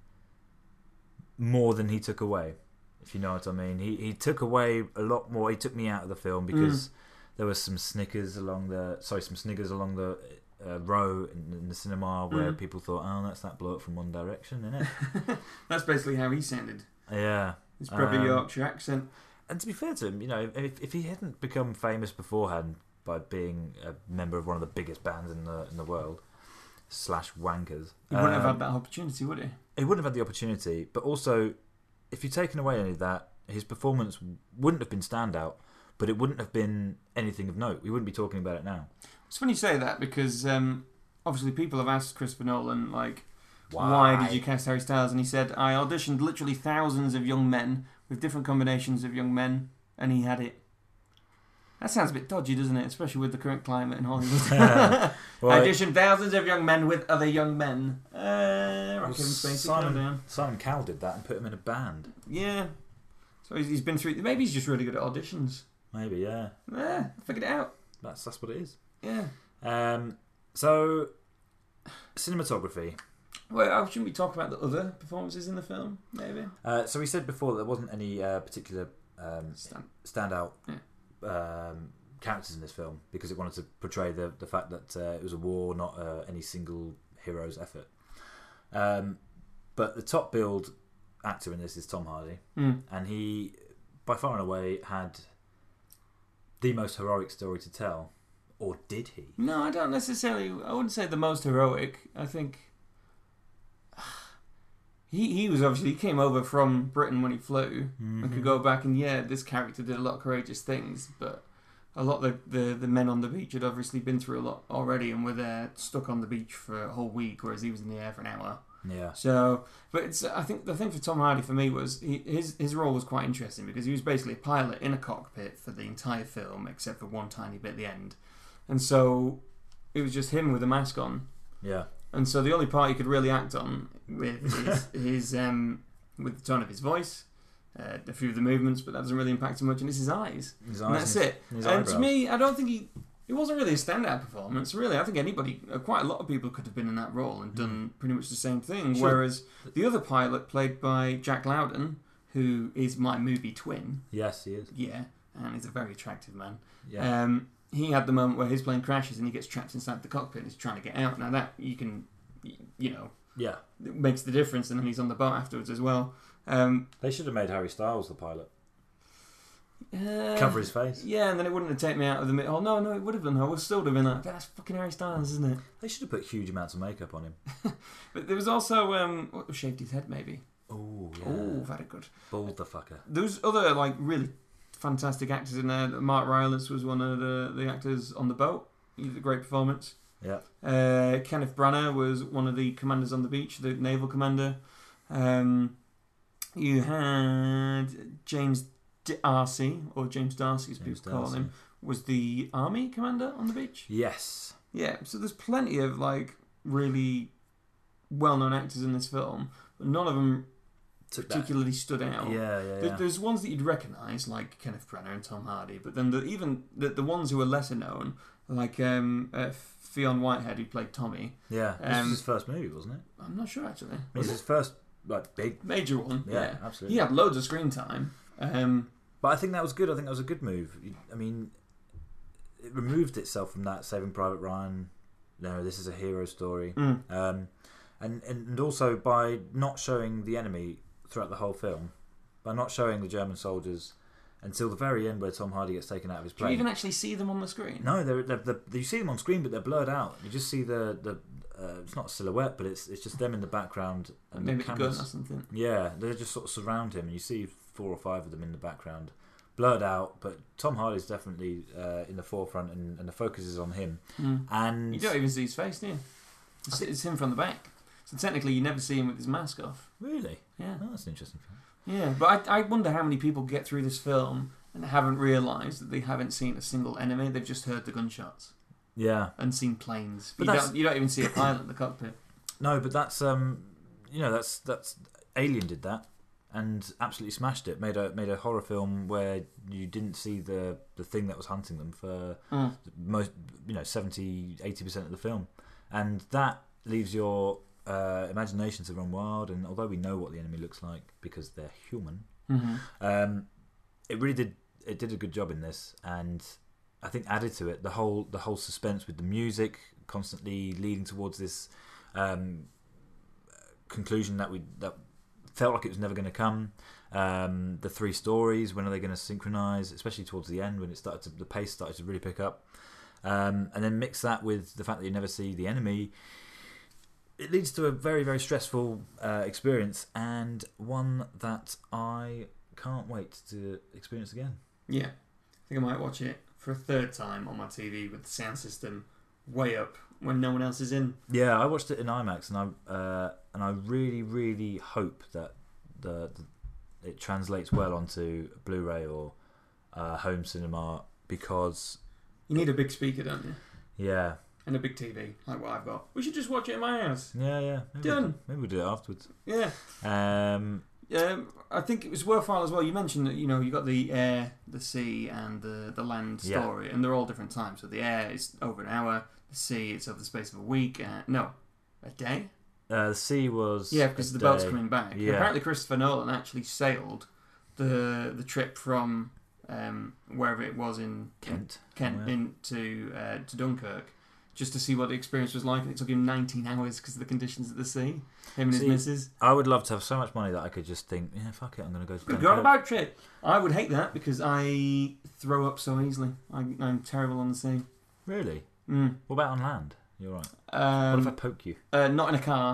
Speaker 1: more than he took away. If you know what I mean, he he took away a lot more. He took me out of the film because there was some snickers along the sorry some sniggers along the uh, row in, in the cinema where
Speaker 2: Mm.
Speaker 1: people thought, oh, that's that bloke from One Direction, isn't it?
Speaker 2: That's basically how he sounded.
Speaker 1: yeah.
Speaker 2: It's probably
Speaker 1: Um,
Speaker 2: Yorkshire accent.
Speaker 1: And to be fair to him, you know, if, if he hadn't become famous beforehand by being a member of one of the biggest bands in the in the world, slash wankers,
Speaker 2: He wouldn't have
Speaker 1: um,
Speaker 2: had that opportunity, would he?
Speaker 1: he wouldn't have had the opportunity. But also, if you'd taken away any of that, his performance wouldn't have been standout, but it wouldn't have been anything of note. We wouldn't be talking about it now.
Speaker 2: It's funny you say that because um, obviously people have asked Christopher Nolan like, why? did you cast Harry Styles?" And he said, "I auditioned literally thousands of young men with different combinations of young men, and he had it." That sounds a bit dodgy, doesn't it? Especially with the current climate in Hollywood.
Speaker 1: Well,
Speaker 2: Audition thousands of young men with other young men.
Speaker 1: Well,
Speaker 2: Uh, Rock Kevin Spacey, calm
Speaker 1: Simon,
Speaker 2: down.
Speaker 1: Simon Cowell did that and put him in a band.
Speaker 2: Yeah. So he's, he's been through. Maybe he's just really good at auditions.
Speaker 1: Maybe, yeah.
Speaker 2: Yeah, figured it out.
Speaker 1: That's that's what it is.
Speaker 2: Yeah.
Speaker 1: Um, so, cinematography.
Speaker 2: Well, how shouldn't we talk about the other performances in the film? Maybe.
Speaker 1: Uh, so we said before there wasn't any uh, particular um,
Speaker 2: Stan-
Speaker 1: standout um, characters in this film because it wanted to portray the the fact that uh, it was a war, not uh, any single hero's effort. Um, but the top billed actor in this is Tom Hardy,
Speaker 2: Mm.
Speaker 1: and he, by far and away, had the most heroic story to tell, or did he?
Speaker 2: No, I don't necessarily. I wouldn't say the most heroic. I think he he was obviously he came over from Britain when he flew and
Speaker 1: Mm-hmm.
Speaker 2: could go back and yeah, this character did a lot of courageous things, but a lot of the, the, the men on the beach had obviously been through a lot already and were there stuck on the beach for a whole week, whereas he was in the air for an hour.
Speaker 1: Yeah,
Speaker 2: So, but it's, I think the thing for Tom Hardy for me was he, his his role was quite interesting because he was basically a pilot in a cockpit for the entire film except for one tiny bit at the end, and so it was just him with a mask on,
Speaker 1: yeah,
Speaker 2: and so the only part he could really act on with his, his um with the tone of his voice, uh, a few of the movements, but that doesn't really impact him much, and it's his eyes,
Speaker 1: his
Speaker 2: and that's it.
Speaker 1: his
Speaker 2: and to
Speaker 1: eyebrows.
Speaker 2: me, I don't think he. It wasn't really a standout performance, really. I think anybody, uh, quite a lot of people, could have been in that role and done pretty much the same thing.
Speaker 1: Hmm. Sure.
Speaker 2: Whereas the other pilot, played by Jack Loudon, who is my movie twin,
Speaker 1: Yes, he is.
Speaker 2: yeah, and he's a very attractive man.
Speaker 1: Yeah,
Speaker 2: Um, he had the moment where his plane crashes and he gets trapped inside the cockpit and he's trying to get out. Now that you can, y- you know,
Speaker 1: yeah.
Speaker 2: it makes the difference. And then he's on the boat afterwards as well. Um,
Speaker 1: They should have made Harry Styles the pilot.
Speaker 2: uh,
Speaker 1: Cover his face.
Speaker 2: Yeah, and then it wouldn't have taken me out of the mid. Oh no, no, it would have done. I would still have been like, that's fucking Harry Styles, isn't it?
Speaker 1: They should have put huge amounts of makeup on him.
Speaker 2: But there was also um, what- shaved his head maybe.
Speaker 1: Oh, yeah.
Speaker 2: Oh, very good.
Speaker 1: Bald the fucker.
Speaker 2: There was other like really fantastic actors in there. Mark Rylance was one of the the actors on the boat. He did a great performance.
Speaker 1: Yeah.
Speaker 2: Uh, Kenneth Branagh was one of the commanders on the beach, the naval commander. Um, you had James Darcy, or James Darcy as
Speaker 1: James
Speaker 2: people call
Speaker 1: Darcy.
Speaker 2: him, was the army commander on the beach.
Speaker 1: Yes.
Speaker 2: Yeah, so there's plenty of like really well-known actors in this film, but none of them
Speaker 1: Took that.
Speaker 2: particularly stood out.
Speaker 1: Yeah, yeah,
Speaker 2: There-
Speaker 1: yeah.
Speaker 2: There's ones that you'd recognise, like Kenneth Branagh and Tom Hardy, but then the, even the, the ones who are lesser known, like um, uh, Fionn Whitehead, who played Tommy.
Speaker 1: yeah. This
Speaker 2: um,
Speaker 1: was his first movie, wasn't it?
Speaker 2: I'm not sure actually.
Speaker 1: It was his first like big.
Speaker 2: Major one.
Speaker 1: Yeah,
Speaker 2: Yeah.
Speaker 1: absolutely.
Speaker 2: He had loads of screen time. Um,
Speaker 1: But I think that was good. I think that was a good move. You- I mean, it removed itself from that Saving Private Ryan. No, this is a hero story.
Speaker 2: mm,
Speaker 1: Um, and, and and also by not showing the enemy throughout the whole film, by not showing the German soldiers until the very end, where Tom Hardy gets taken out of his
Speaker 2: do you
Speaker 1: plane.
Speaker 2: even actually see them on the screen?
Speaker 1: No, they're, they're, they're, you see them on screen, but they're blurred out. You just see the the. Uh, it's not a silhouette, but it's it's just them in the background and
Speaker 2: Maybe
Speaker 1: the
Speaker 2: the gun or
Speaker 1: cameras.
Speaker 2: something.
Speaker 1: yeah, they just sort of surround him, and you see four or five of them in the background, blurred out. But Tom Hardy's definitely uh, in the forefront, and, and the focus is on him.
Speaker 2: Mm.
Speaker 1: And
Speaker 2: You don't even see his face, do you? It's, it's him from the back. So technically, you never see him with his mask off.
Speaker 1: really,
Speaker 2: Yeah,
Speaker 1: oh, that's an interesting fact.
Speaker 2: yeah. But I, I wonder how many people get through this film and haven't realised that they haven't seen a single enemy. They've just heard the gunshots
Speaker 1: Yeah,
Speaker 2: and seen planes.
Speaker 1: But
Speaker 2: But you,
Speaker 1: that's-
Speaker 2: don't, you don't even see a pilot in the cockpit.
Speaker 1: no, but that's um, you know, that's that's Alien did that. And absolutely smashed it. Made a made a horror film where you didn't see the, the thing that was hunting them for
Speaker 2: Mm.
Speaker 1: most you know 70 80% of the film and that leaves your uh, imagination to run wild and although we know what the enemy looks like because they're human
Speaker 2: hmm
Speaker 1: um, it really did it did a good job in this and i think added to it the whole the whole suspense with the music constantly leading towards this um, conclusion that we that felt like it was never going to come um, the three stories when are they going to synchronize especially towards the end when it started to the pace started to really pick up um, and then mix that with the fact that you never see the enemy it leads to a very very stressful uh, experience and one that i can't wait to experience again
Speaker 2: Yeah, I think I might watch it for a third time on my TV with the sound system way up when no one else is in.
Speaker 1: yeah i watched it in imax and i uh, and i really really hope that the, the it translates well onto blu-ray or uh, home cinema because
Speaker 2: You need a big speaker, don't you?
Speaker 1: yeah,
Speaker 2: And a big TV, like what I've got. We should just watch it in my house.
Speaker 1: yeah, yeah. Maybe we'll-
Speaker 2: Done.
Speaker 1: maybe we'll do it afterwards.
Speaker 2: Yeah.
Speaker 1: Um,
Speaker 2: Um, I think it was worthwhile as well. You mentioned that you know you got the air, the sea, and the the land
Speaker 1: Yeah.
Speaker 2: story, and they're all different times. So the air is over an hour. The sea, it's over the space of a week. Uh, no, a day.
Speaker 1: uh, the sea was
Speaker 2: Yeah, because
Speaker 1: a
Speaker 2: the boat's
Speaker 1: day.
Speaker 2: coming back.
Speaker 1: Yeah.
Speaker 2: Apparently, Christopher Nolan actually sailed the the trip from um, wherever it was in
Speaker 1: Kent.
Speaker 2: Kent
Speaker 1: Yeah.
Speaker 2: into uh, to Dunkirk just to see what the experience was like. And it took him 19 hours because of the conditions at the sea. Him and
Speaker 1: See,
Speaker 2: his missus.
Speaker 1: I would love to have so much money that I could just think, yeah, fuck it, I'm going to go to
Speaker 2: Could
Speaker 1: Dunkirk.
Speaker 2: go on a boat trip. I would hate that because I throw up so easily. I, I'm terrible on the sea.
Speaker 1: Really?
Speaker 2: Mm.
Speaker 1: What about on land? You're right. What if I
Speaker 2: Um,
Speaker 1: poke you?
Speaker 2: uh, not in a car.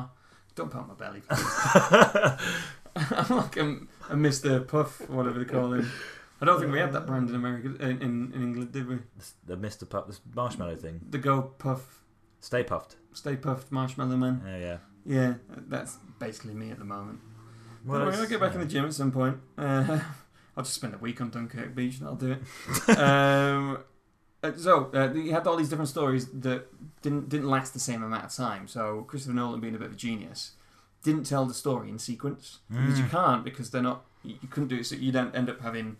Speaker 2: Don't pump my belly. please. I'm like a, a Mr. Puff, whatever they call him. I don't think we had that brand in America, in, in, in England, did we?
Speaker 1: This- the Mr. Puff, this marshmallow thing.
Speaker 2: The Go Puff,
Speaker 1: Stay puffed.
Speaker 2: Stay Puffed Marshmallow Man.
Speaker 1: Yeah, yeah.
Speaker 2: Yeah, that's basically me at the moment. Well,
Speaker 1: it's-
Speaker 2: I'll get back in the gym at some point. Uh, I'll just spend a week on Dunkirk Beach and I'll do it. um, uh, so uh, you had all these different stories that didn't didn't last the same amount of time. So Christopher Nolan, being a bit of a genius, didn't tell the story in sequence because you
Speaker 1: Mm.
Speaker 2: can't because they're not. You you couldn't do it, so you'd en- end up having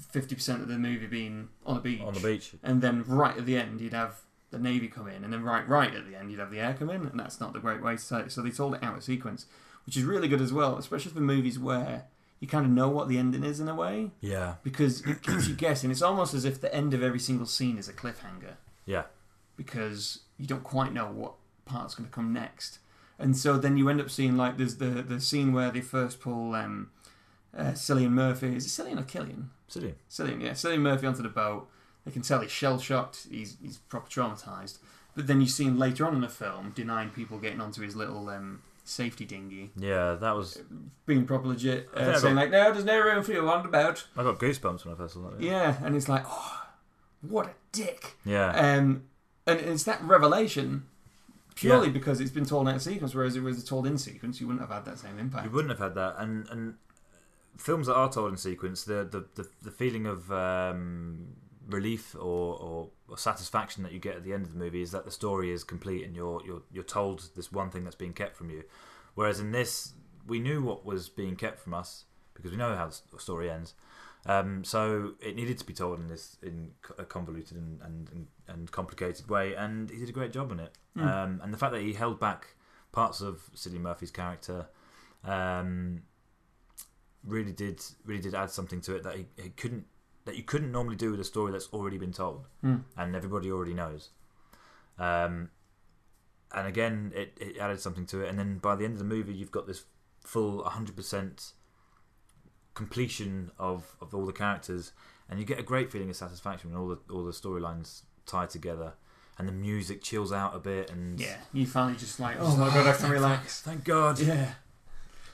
Speaker 2: fifty percent of the movie being on a beach,
Speaker 1: on the beach.
Speaker 2: and then right at the end you'd have the navy come in, and then right right at the end you'd have the air come in, and that's not the great way to tell it. So they told it out of sequence, which is really good as well, especially for movies where you kind of know what the ending is in a way
Speaker 1: Yeah,
Speaker 2: because it keeps you guessing. It's almost as if the end of every single scene is a cliffhanger.
Speaker 1: Yeah.
Speaker 2: Because you don't quite know what part's going to come next, and so then you end up seeing like there's the the scene where they first pull um, uh, Cillian Murphy. Is it Cillian or Killian?
Speaker 1: silly.
Speaker 2: Cillian, yeah, Cillian Murphy onto the boat. They can tell he's shell shocked. He's he's proper traumatized. But then you see him later on in the film denying people getting onto his little um, safety dinghy,
Speaker 1: Yeah, that was.
Speaker 2: being proper legit,
Speaker 1: I think I
Speaker 2: uh,
Speaker 1: got-
Speaker 2: saying like, "No, there's no room for you on the boat."
Speaker 1: I got goosebumps when I first saw that.
Speaker 2: Yeah, and it's like, oh, what a dick.
Speaker 1: Yeah.
Speaker 2: Um, and it's that revelation purely because it's been told out of sequence, whereas if it was told in sequence, you wouldn't have had that same impact.
Speaker 1: You wouldn't have had that, and and films that are told in sequence, the the the, the feeling of um, relief or, or or satisfaction that you get at the end of the movie is that the story is complete and you're you're you're told this one thing that's being kept from you. Whereas in this, we knew what was being kept from us because we know how the story ends. Um, so it needed to be told in this in a convoluted and and, and, and complicated way, and he did a great job on it.
Speaker 2: Mm.
Speaker 1: Um, and the fact that he held back parts of Sidney Murphy's character um, really did really did add something to it that he, he couldn't that you couldn't normally do with a story that's already been told
Speaker 2: Mm.
Speaker 1: and everybody already knows. Um, and again, it, it added something to it. And then by the end of the movie, you've got this full 100% completion of, of all the characters, and you get a great feeling of satisfaction when all the all the storylines tie together, and the music chills out a bit. And
Speaker 2: Yeah, you finally just like, oh my god, I can relax.
Speaker 1: Thank God.
Speaker 2: Yeah.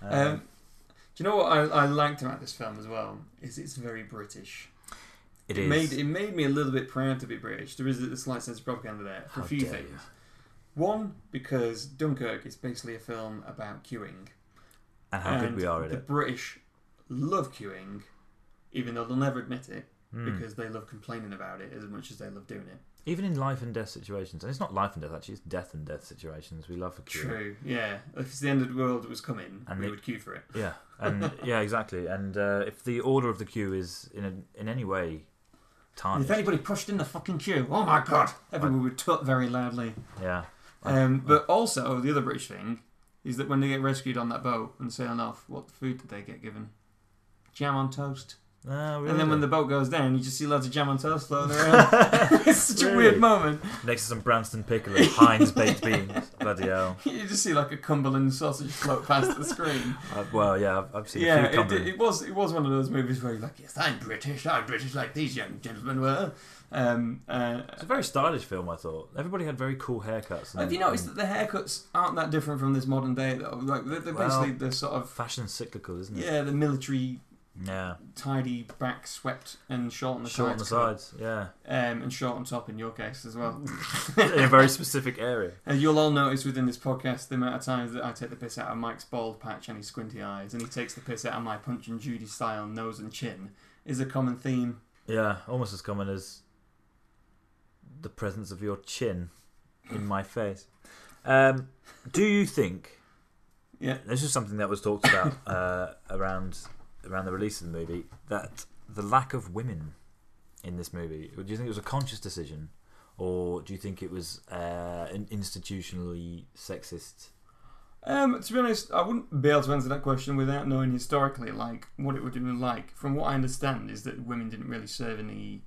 Speaker 1: Um,
Speaker 2: Um, do you know what I, I liked about this film as well? Is it's very British.
Speaker 1: it is.
Speaker 2: made it made me a little bit proud to be British. There is a slight sense of propaganda there for
Speaker 1: How
Speaker 2: a few
Speaker 1: dare
Speaker 2: things.
Speaker 1: you.
Speaker 2: One, because Dunkirk is basically a film about queuing.
Speaker 1: and how good we are at
Speaker 2: the
Speaker 1: it.
Speaker 2: British love queuing, even though they'll never admit it
Speaker 1: Mm.
Speaker 2: because they love complaining about it as much as they love doing it.
Speaker 1: Even in life and death situations, and it's not life and death actually, it's death and death situations. We love a cure.
Speaker 2: True, yeah. If the end of the world was coming,
Speaker 1: And
Speaker 2: we
Speaker 1: it-
Speaker 2: would queue for it.
Speaker 1: Yeah, and yeah, exactly. And uh, if the order of the queue is in a, in any way
Speaker 2: And if
Speaker 1: tarnished,
Speaker 2: anybody pushed in the fucking queue, oh my god, everyone would tut very loudly.
Speaker 1: yeah,
Speaker 2: Um, but also, the other British thing is that when they get rescued on that boat and sailing off, what food did they get given? Jam on toast.
Speaker 1: Ah,
Speaker 2: And then when the
Speaker 1: really?
Speaker 2: boat goes down, you just see loads of jam on toast floating around. it's such a
Speaker 1: Really?
Speaker 2: weird moment.
Speaker 1: next to some Branston pickle and Heinz baked beans, bloody hell.
Speaker 2: You just see like a Cumberland sausage float past the screen.
Speaker 1: Uh, well, yeah, I've, I've seen a
Speaker 2: yeah,
Speaker 1: few
Speaker 2: it,
Speaker 1: Cumberland.
Speaker 2: it was it was one of those movies where you're like, yes, I'm British, I'm British like these young gentlemen were. Um, uh,
Speaker 1: It's a very stylish film, I thought. Everybody had very cool haircuts. And,
Speaker 2: have you noticed
Speaker 1: and
Speaker 2: that the haircuts aren't that different from this modern day though? Like they're, they're
Speaker 1: Well- mm.
Speaker 2: basically the sort of
Speaker 1: fashion's cyclical, isn't it?
Speaker 2: yeah the military
Speaker 1: Yeah,
Speaker 2: tidy back swept and short on the
Speaker 1: short on the
Speaker 2: sides,
Speaker 1: sides. Yeah,
Speaker 2: um, and short on top in your case as well.
Speaker 1: in a very specific area.
Speaker 2: And you'll all notice within this podcast the amount of times that I take the piss out of Mike's bald patch and his squinty eyes, and he takes the piss out of my Punch and Judy style nose and chin is a common theme.
Speaker 1: Yeah, almost as common as the presence of your chin in my face. Um, do you think?
Speaker 2: Yeah.
Speaker 1: This is something that was talked about uh, around around the release of the movie that the lack of women in this movie. Do you think it was a conscious decision, or do you think it was uh, an institutionally sexist?
Speaker 2: Um, to be honest, I wouldn't be able to answer that question without knowing historically, like what it would have been like. From what I understand, is that women didn't really serve in the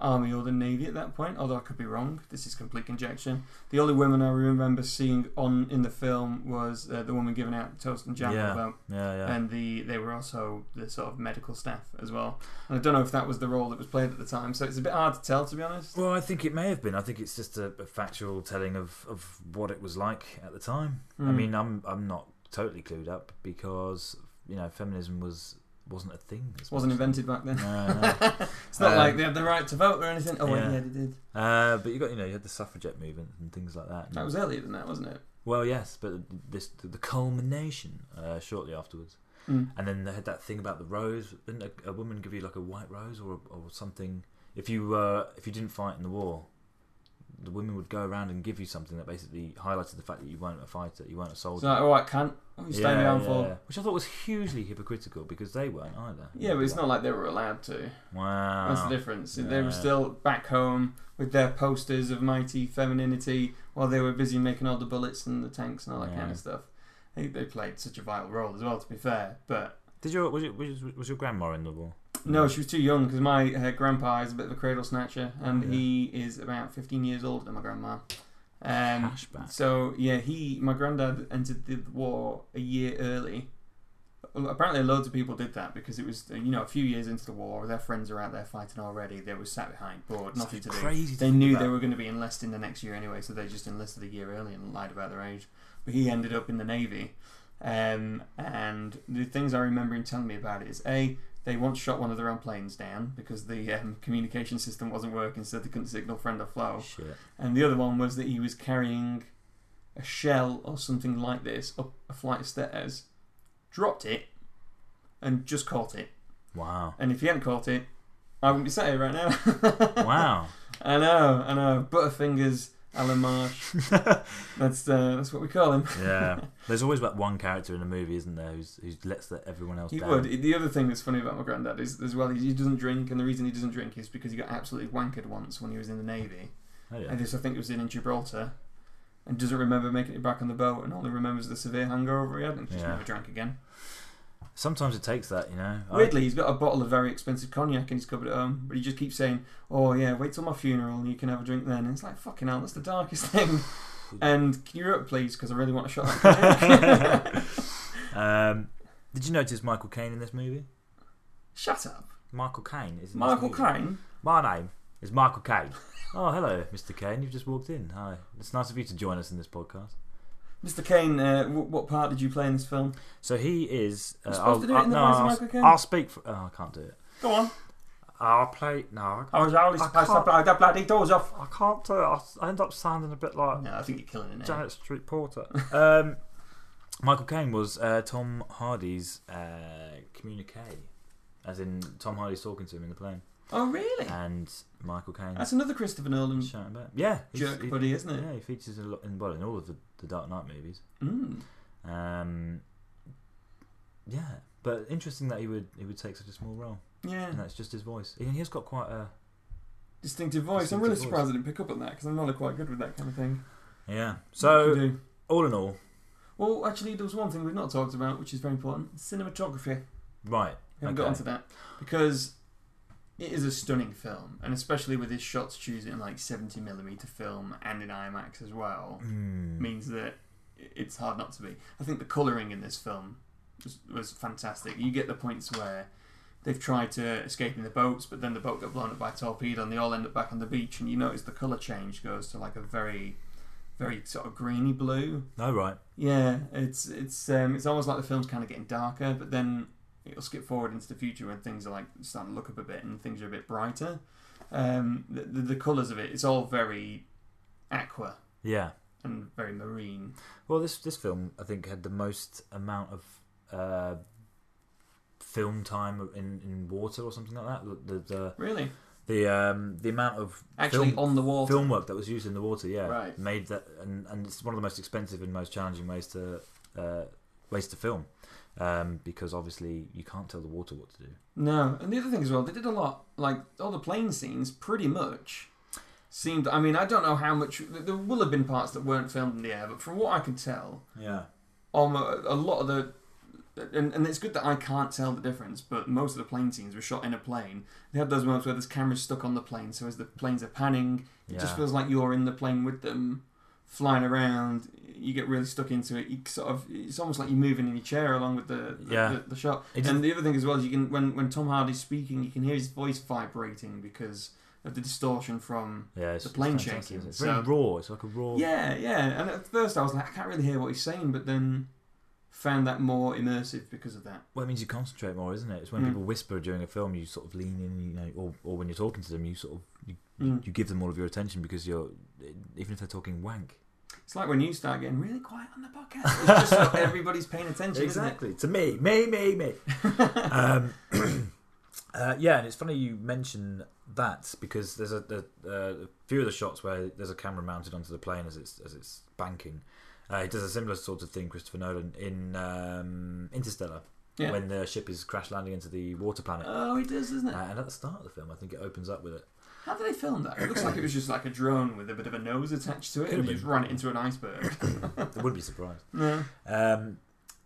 Speaker 2: army or the navy at that point. Although I could be wrong. This is complete conjecture. The only women I remember seeing on in the film was uh, the woman giving out toast and jam
Speaker 1: Yeah.
Speaker 2: about,
Speaker 1: Yeah, yeah.
Speaker 2: and the they were also the sort of medical staff as well. And I don't know if that was the role that was played at the time, so it's a bit hard to tell, to be honest.
Speaker 1: well, I think it may have been. I think it's just a, a factual telling of, of what it was like at the time. I
Speaker 2: Mm.
Speaker 1: mean, I'm I'm not totally clued up because you know feminism was wasn't a thing. as
Speaker 2: It wasn't
Speaker 1: much.
Speaker 2: invented back then.
Speaker 1: No, no.
Speaker 2: It's not
Speaker 1: Um,
Speaker 2: like they had the right to vote or anything. Oh, wait,
Speaker 1: yeah.
Speaker 2: yeah, they did.
Speaker 1: Uh, but you got you know you had the suffragette movement and things like that.
Speaker 2: That was earlier than that, wasn't it?
Speaker 1: well, yes, but this the culmination uh, shortly afterwards,
Speaker 2: Mm.
Speaker 1: and then they had that thing about the rose. Didn't a, a woman give you like a white rose or or something if you uh, if you didn't fight in the war? The women would go around and give you something that basically highlighted the fact that you weren't a fighter, you weren't a
Speaker 2: It's
Speaker 1: soldier.
Speaker 2: like, all right, can't. What are you standing around for?
Speaker 1: Which I thought was hugely hypocritical because they weren't either.
Speaker 2: Yeah, but it's not like they were allowed to.
Speaker 1: Wow.
Speaker 2: That's the difference. They
Speaker 1: Ah, Yeah.
Speaker 2: were still back home with their posters of mighty femininity while they were busy making all the bullets and the tanks and all that kind
Speaker 1: Yeah.
Speaker 2: of stuff. I think they played such a vital role as well, to be fair. But
Speaker 1: Did your was, your was your was your grandma in the war?
Speaker 2: no,
Speaker 1: Mm.
Speaker 2: she was too young because my uh, grandpa is a bit of a cradle snatcher and
Speaker 1: Yeah.
Speaker 2: he is about 15 years older than my grandma. Um,
Speaker 1: Cashback.
Speaker 2: So yeah, he my granddad entered the war a year early. Apparently, loads of people did that because it was uh, you know a few years into the war, their friends are out there fighting already. They were sat behind, bored, nothing to do.
Speaker 1: crazy. to
Speaker 2: They
Speaker 1: think
Speaker 2: knew
Speaker 1: about.
Speaker 2: they were going to be enlisting the next year anyway, so they just enlisted a year early and lied about their age. But he ended up in the navy, um, and the things I remember him telling me about it is a they once shot one of their own planes down because the um, communication system wasn't working, so they couldn't signal friend or foe.
Speaker 1: Shit.
Speaker 2: And the other one was that he was carrying a shell or something like this up a flight of stairs, dropped it, and just caught it.
Speaker 1: Wow.
Speaker 2: And if he hadn't caught it, I wouldn't be sat here right now.
Speaker 1: Wow.
Speaker 2: I know, I know. Butterfingers, Alan Marsh. that's uh, that's what we call him.
Speaker 1: yeah. There's always that one character in a movie, isn't there, who's who lets that everyone else
Speaker 2: He
Speaker 1: down.
Speaker 2: would. The other thing that's funny about my granddad is, as well, he doesn't drink, and the reason he doesn't drink is because he got absolutely wankered once when he was in the navy.
Speaker 1: Oh, yeah.
Speaker 2: And this, I think, it was in, in Gibraltar, and doesn't remember making it back on the boat, and only remembers the severe hangover he had, and just
Speaker 1: Yeah.
Speaker 2: never drank again.
Speaker 1: Sometimes it takes that, you know. I-
Speaker 2: Weirdly, he's got a bottle of very expensive cognac in his cupboard at home, but he just keeps saying, "Oh yeah, wait till my funeral, and you can have a drink then." And it's like, "Fucking hell, that's the darkest thing." and can you do it, please? Because I really want a shot. Of cognac."
Speaker 1: um, did you notice Michael Caine in this movie?
Speaker 2: Shut up,
Speaker 1: Michael Caine is in this
Speaker 2: Michael
Speaker 1: movie.
Speaker 2: Caine.
Speaker 1: My name is Michael Caine. Oh, hello, Mr. Caine. You've just walked in. Hi. It's nice of you to join us in this podcast.
Speaker 2: Mr. Caine, uh, w- what part did you play in this film?
Speaker 1: So he is. Uh,
Speaker 2: You're supposed
Speaker 1: I'll-
Speaker 2: to do it
Speaker 1: I'll-
Speaker 2: in the
Speaker 1: no,
Speaker 2: voice of
Speaker 1: I'll-
Speaker 2: Michael Caine.
Speaker 1: I'll speak for. Oh, I can't do it.
Speaker 2: Go on.
Speaker 1: I'll play. No, I
Speaker 2: I was only
Speaker 1: I
Speaker 2: supposed to
Speaker 1: can't-
Speaker 2: blow the bloody doors off.
Speaker 1: I can't do it. I, I end up sounding a bit like
Speaker 2: No, I think you're killing it now.
Speaker 1: Janet Street Porter. Um, Michael Caine was uh, Tom Hardy's uh, communique, as in Tom Hardy's talking to him in the plane,
Speaker 2: Oh really?
Speaker 1: and Michael Caine
Speaker 2: That's another Christopher Nolan
Speaker 1: shouting back. Yeah, he's-
Speaker 2: jerk
Speaker 1: he-
Speaker 2: buddy, isn't it?
Speaker 1: yeah, he features a lot in well in all of the, the Dark Knight movies.
Speaker 2: Mm.
Speaker 1: Um, yeah, but interesting that he would he would take such a small role,
Speaker 2: Yeah,
Speaker 1: and that's just his voice. And he has got quite a
Speaker 2: distinctive voice. I'm really
Speaker 1: Distinctive voice.
Speaker 2: surprised I didn't pick up on that because I'm not quite good with that kind of thing.
Speaker 1: yeah.
Speaker 2: What
Speaker 1: So
Speaker 2: can you do?
Speaker 1: all in all,
Speaker 2: well, actually, there was one thing we've not talked about, which is very important: cinematography.
Speaker 1: right.
Speaker 2: We haven't got
Speaker 1: Okay.
Speaker 2: onto that because it is a stunning film, and especially with his shots choosing like 70 millimeter film and in IMAX as well,
Speaker 1: Hmm.
Speaker 2: means that i- it's hard not to be. I think the coloring in this film was, was fantastic. You get the points where. They've tried to escape in the boats, but then the boat got blown up by a torpedo, and they all end up back on the beach. And you notice the color change goes to like a very, very sort of greeny blue,
Speaker 1: No, right.
Speaker 2: yeah, it's it's um, it's almost like the film's kind of getting darker, but then it'll skip forward into the future when things are like starting to look up a bit and things are a bit brighter. Um, the the, the colours of it, it's all very aqua
Speaker 1: Yeah.
Speaker 2: and very marine.
Speaker 1: Well, this this film I think had the most amount of uh, film time in, in water or something like that. The the, the
Speaker 2: Really,
Speaker 1: the um, the amount of
Speaker 2: Actually,
Speaker 1: film,
Speaker 2: on the water.
Speaker 1: film work that was used in the water, yeah,
Speaker 2: Right.
Speaker 1: made that, and, and it's one of the most expensive and most challenging ways to uh, ways to film, um, because obviously you can't tell the water what to do.
Speaker 2: No, and the other thing as well, they did a lot. Like all the plane scenes, pretty much seemed. I mean, I don't know how much. th- There will have been parts that weren't filmed in the air, but from what I could tell,
Speaker 1: Yeah,
Speaker 2: almost a lot of the. And, and it's good that I can't tell the difference, but most of the plane scenes were shot in a plane. They had those moments where this camera's stuck on the plane, so as the planes are panning, it
Speaker 1: yeah,
Speaker 2: just feels like you're in the plane with them, flying around. You get really stuck into it. You sort of, it's almost like you're moving in your chair along with the the,
Speaker 1: Yeah.
Speaker 2: the, the shot.
Speaker 1: It
Speaker 2: and the other thing as well is you can when when Tom Hardy's speaking, you can hear his voice vibrating because of the distortion from.
Speaker 1: yeah. It's
Speaker 2: the plane
Speaker 1: it's
Speaker 2: shaking,
Speaker 1: fantastic. It's
Speaker 2: so-
Speaker 1: very raw. It's like a raw.
Speaker 2: Yeah, yeah. And at first I was like, I can't really hear what he's saying, but then found that more immersive because of that.
Speaker 1: Well, it means you concentrate more, isn't it? It's when
Speaker 2: Mm.
Speaker 1: people whisper during a film, you sort of lean in, you know, or, or when you're talking to them, you sort of you,
Speaker 2: Mm.
Speaker 1: you give them all of your attention because you're even if they're talking wank.
Speaker 2: It's like when you start getting really quiet on the podcast. It's just so everybody's paying attention.
Speaker 1: to me, me, me, me.
Speaker 2: Isn't it?
Speaker 1: um, uh, yeah, and it's funny you mention that because there's a, a, a few of the shots where there's a camera mounted onto the plane as it's as it's banking. Uh, he does a similar sort of thing, Christopher Nolan, in um, Interstellar,
Speaker 2: Yeah.
Speaker 1: when the ship is crash landing into the water planet.
Speaker 2: oh, he does, doesn't it?
Speaker 1: Uh, and at the start of the film, I think it opens up with it.
Speaker 2: How did they film that? It looks like it was just like a drone with a bit of a nose attached to it,
Speaker 1: Could've
Speaker 2: and they
Speaker 1: been.
Speaker 2: just ran it into an iceberg.
Speaker 1: I would be surprised.
Speaker 2: yeah.
Speaker 1: Um,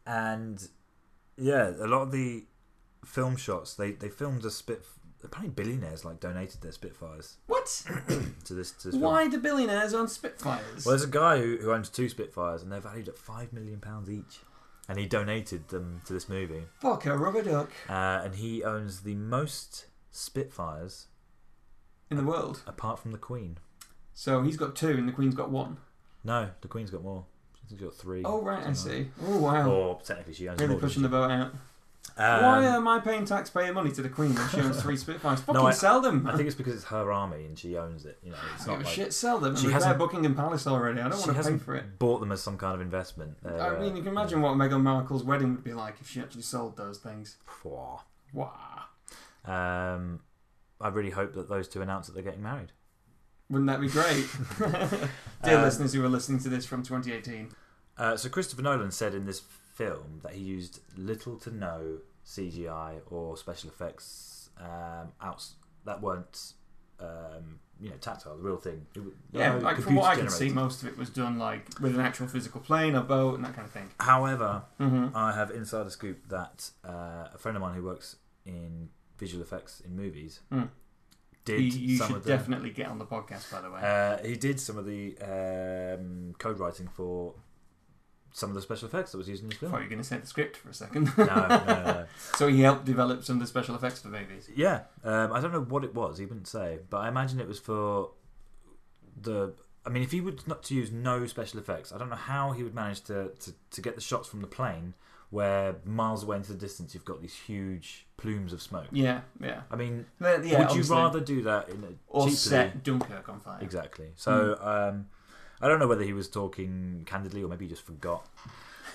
Speaker 1: and yeah, a lot of the film shots they they filmed a spit. Apparently, billionaires like donated their Spitfires
Speaker 2: What?
Speaker 1: to this. To this film.
Speaker 2: Why do billionaires own Spitfires?
Speaker 1: Well, there's a guy who, who owns two Spitfires, and they're valued at five million pounds each, and he donated them to this movie.
Speaker 2: Fuck a rubber duck
Speaker 1: Uh, and he owns the most Spitfires,
Speaker 2: in the world.
Speaker 1: apart from the Queen.
Speaker 2: So he's got two, and the Queen's got one.
Speaker 1: No, the Queen's got more. She's got three.
Speaker 2: Oh right, I
Speaker 1: something
Speaker 2: see. Oh wow.
Speaker 1: Or technically, she owns
Speaker 2: Really
Speaker 1: more. than
Speaker 2: pushing the boat out.
Speaker 1: she- Um,
Speaker 2: Why am I paying taxpayer money to the Queen when she owns three Spitfires? Fucking
Speaker 1: I-
Speaker 2: sell them.
Speaker 1: I think it's because it's her army and she owns it. You know, it's
Speaker 2: Oh,
Speaker 1: not like
Speaker 2: shit, sell them.
Speaker 1: She
Speaker 2: She has
Speaker 1: hasn't-
Speaker 2: Buckingham Palace already. I don't
Speaker 1: she
Speaker 2: want to pay
Speaker 1: hasn't
Speaker 2: for it.
Speaker 1: bought them as some kind of investment. They're,
Speaker 2: I mean,
Speaker 1: uh,
Speaker 2: you can imagine what Meghan Markle's wedding would be like if she actually sold those things.
Speaker 1: Pwah.
Speaker 2: Wow.
Speaker 1: Um, I really hope that those two announce that they're getting married.
Speaker 2: Wouldn't that be great? Dear
Speaker 1: Um,
Speaker 2: listeners who are listening to this from 2018.
Speaker 1: Uh, so Christopher Nolan said in this film that he used little to no CGI or special effects um, outs that weren't um, you know tactile, the real thing. It w-
Speaker 2: Yeah,
Speaker 1: no
Speaker 2: like from
Speaker 1: computer
Speaker 2: what I can see,
Speaker 1: generated.
Speaker 2: most of it was done like with an actual physical plane, a boat, and that kind of thing.
Speaker 1: However,
Speaker 2: Mm-hmm.
Speaker 1: I have insider scoop that uh, a friend of mine who works in visual effects in movies
Speaker 2: Hmm.
Speaker 1: did
Speaker 2: you you
Speaker 1: some
Speaker 2: should
Speaker 1: of the.
Speaker 2: definitely get on the podcast, by the way.
Speaker 1: Uh, he did some of the um, code writing for some of the special effects that was used in this
Speaker 2: I
Speaker 1: film.
Speaker 2: thought you were going to say the script for a second.
Speaker 1: no, no, no, no.
Speaker 2: so he helped develop some of the special effects for movies.
Speaker 1: Yeah, um, I don't know what it was. He wouldn't say, but I imagine it was for the. I mean, if he would not to use no special effects, I don't know how he would manage to, to, to get the shots from the plane where miles away into the distance you've got these huge plumes of smoke.
Speaker 2: Yeah, yeah.
Speaker 1: I mean,
Speaker 2: But,
Speaker 1: would
Speaker 2: yeah
Speaker 1: you
Speaker 2: obviously.
Speaker 1: rather do that in a
Speaker 2: or
Speaker 1: cheaply?
Speaker 2: set Hmm. Dunkirk on fire?
Speaker 1: Exactly. So um, I don't know whether he was talking candidly or maybe he just forgot.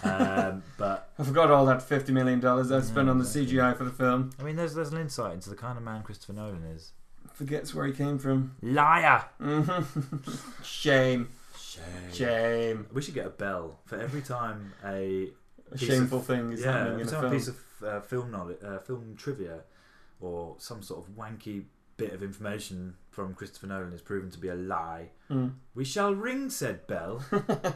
Speaker 1: Um, but
Speaker 2: I forgot all that fifty million dollars I spent
Speaker 1: Yeah,
Speaker 2: on the
Speaker 1: exactly.
Speaker 2: CGI for the film.
Speaker 1: I mean, there's there's an insight into the kind of man Christopher Nolan is.
Speaker 2: Forgets where he came from.
Speaker 1: Liar.
Speaker 2: Mhm. Shame, shame,
Speaker 1: We should get a bell for every time a
Speaker 2: a
Speaker 1: Piece
Speaker 2: shameful
Speaker 1: of-
Speaker 2: thing is
Speaker 1: yeah,
Speaker 2: happening
Speaker 1: every
Speaker 2: in
Speaker 1: time
Speaker 2: a
Speaker 1: a
Speaker 2: film.
Speaker 1: piece of uh, film knowledge, uh, film trivia, or some sort of wanky bit of information from Christopher Nolan is proven to be a lie.
Speaker 2: Mm.
Speaker 1: We shall ring said bell,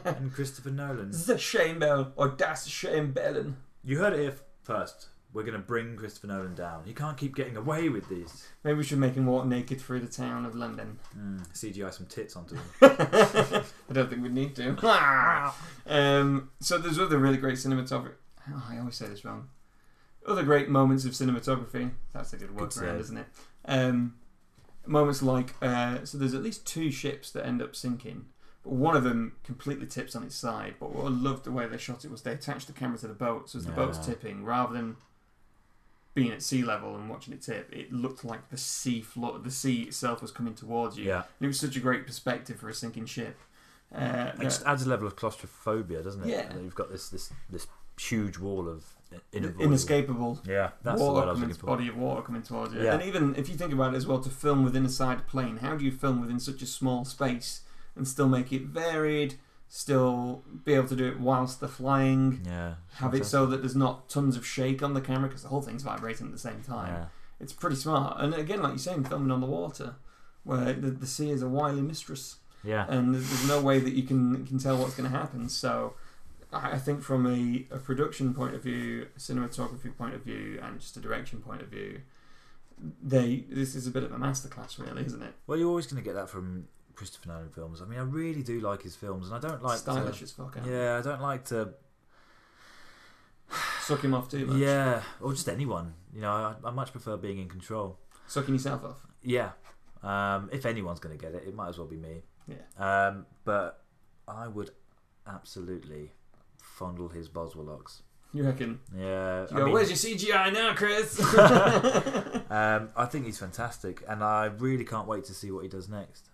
Speaker 1: and Christopher Nolan.
Speaker 2: The shame bell, or das shame bellen.
Speaker 1: You heard it here first. We're going to bring Christopher Nolan down. He can't keep getting away with these. mm,
Speaker 2: Maybe we should make him walk naked through the town of London.
Speaker 1: CGI some tits onto him.
Speaker 2: I don't think we'd need to. um, so there's other really great cinematography. Oh, I always say this wrong. Other great moments of cinematography. That's a good
Speaker 1: Good
Speaker 2: workaround,
Speaker 1: save.
Speaker 2: isn't it? Um, moments like uh, so. There's at least two ships that end up sinking. But one of them completely tips on its side. But what I loved the way they shot it was they attached the camera to the boat, so as the boat's
Speaker 1: Yeah.
Speaker 2: tipping, rather than being at sea level and watching it tip, it looked like the sea floor, the sea itself was coming towards you.
Speaker 1: yeah,
Speaker 2: It was such a great perspective for a sinking ship. Uh,
Speaker 1: it just adds a level of claustrophobia, doesn't it?
Speaker 2: Yeah.
Speaker 1: And you've got this this this huge wall of inavoidable.
Speaker 2: inescapable
Speaker 1: Yeah, that's the
Speaker 2: water
Speaker 1: word I was
Speaker 2: coming,
Speaker 1: looking for.
Speaker 2: body of water coming towards you.
Speaker 1: Yeah.
Speaker 2: And even if you think about it as well, to film within a side plane, how do you film within such a small space and still make it varied, still be able to do it whilst they're flying,
Speaker 1: Yeah,
Speaker 2: have it so that there's not tons of shake on the camera because the whole thing's vibrating at the same time.
Speaker 1: Yeah.
Speaker 2: It's pretty smart. And again, like you're saying, filming on the water, where the, the sea is a wily mistress
Speaker 1: yeah.
Speaker 2: and there's- there's no way that you can can tell what's going to happen. So, I I think from a, a production point of view, a cinematography point of view, and just a direction point of view, they this is a bit of a masterclass, really, isn't it?
Speaker 1: Well, you're always going to get that from Christopher Nolan films. I mean, I really do like his films, and I don't like
Speaker 2: Stylish
Speaker 1: To,
Speaker 2: as fuck. Yeah.
Speaker 1: yeah, I don't like to.
Speaker 2: Suck him off too much.
Speaker 1: Yeah, or just anyone. You know, I, I much prefer being in control.
Speaker 2: Sucking yourself off.
Speaker 1: Yeah. Um, if anyone's going to get it, it might as well be me.
Speaker 2: Yeah.
Speaker 1: Um, but I would absolutely fondle his Boswellocks.
Speaker 2: You reckon?
Speaker 1: Yeah.
Speaker 2: You
Speaker 1: I
Speaker 2: go,
Speaker 1: mean-
Speaker 2: Where's your CGI now, Chris?
Speaker 1: um, I think he's fantastic, and I really can't wait to see what he does next.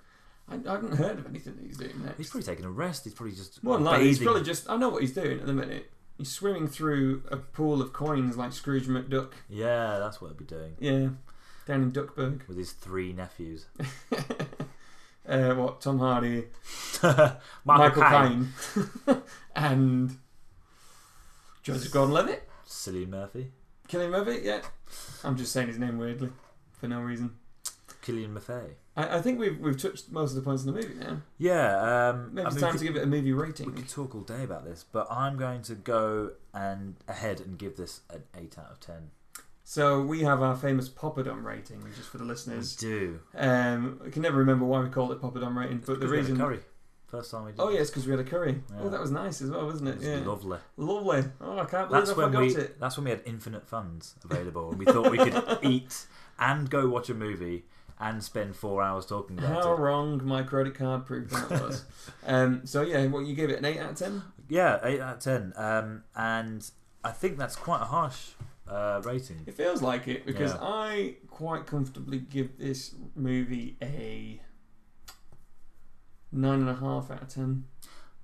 Speaker 2: I, I haven't heard of anything that he's doing next.
Speaker 1: He's probably taking a rest. He's probably just
Speaker 2: More than likely, he's
Speaker 1: bathing.
Speaker 2: probably just. I know what he's doing at the minute. He's swimming through a pool of coins like Scrooge McDuck.
Speaker 1: yeah, that's what he'd be doing
Speaker 2: Yeah, down in Duckburg.
Speaker 1: with his three nephews.
Speaker 2: uh, what Tom Hardy,
Speaker 1: Michael,
Speaker 2: Michael
Speaker 1: Caine.
Speaker 2: Caine, and Joseph Gordon-Levitt,
Speaker 1: Cillian Murphy,
Speaker 2: Killian Murphy. Yeah, I'm just saying his name weirdly for no reason.
Speaker 1: Killian Murphy.
Speaker 2: I, I think we've we've touched most of the points in the movie now.
Speaker 1: Yeah, um,
Speaker 2: Maybe
Speaker 1: I
Speaker 2: it's
Speaker 1: mean,
Speaker 2: time
Speaker 1: we
Speaker 2: to
Speaker 1: could-
Speaker 2: give it a movie
Speaker 1: We
Speaker 2: rating.
Speaker 1: could talk all day about this, but I'm going to go and ahead and give this an eight out of ten.
Speaker 2: So we have our famous Poppadom rating, just for the
Speaker 1: We
Speaker 2: listeners.
Speaker 1: do.
Speaker 2: Um, I can never remember why we called it Poppadom rating, but the
Speaker 1: Mm. Because we had a
Speaker 2: reason.
Speaker 1: curry. First time we did.
Speaker 2: Oh
Speaker 1: it.
Speaker 2: yes, because we had a curry.
Speaker 1: Yeah.
Speaker 2: Oh, that was nice as well, wasn't
Speaker 1: It
Speaker 2: it?
Speaker 1: was
Speaker 2: Yeah,
Speaker 1: lovely.
Speaker 2: lovely. Oh, I can't believe
Speaker 1: That's
Speaker 2: I
Speaker 1: when
Speaker 2: forgot
Speaker 1: we.
Speaker 2: it.
Speaker 1: That's when we had infinite funds available, and we thought we could eat and go watch a movie and spend four hours talking about
Speaker 2: How
Speaker 1: it.
Speaker 2: wrong my credit card proof that was. um, so yeah, what you gave it an eight out of ten?
Speaker 1: Yeah, eight out of ten. Um, and I think that's quite a harsh uh, rating.
Speaker 2: It feels like it because
Speaker 1: Yeah.
Speaker 2: I quite comfortably give this movie a nine and a half out of ten.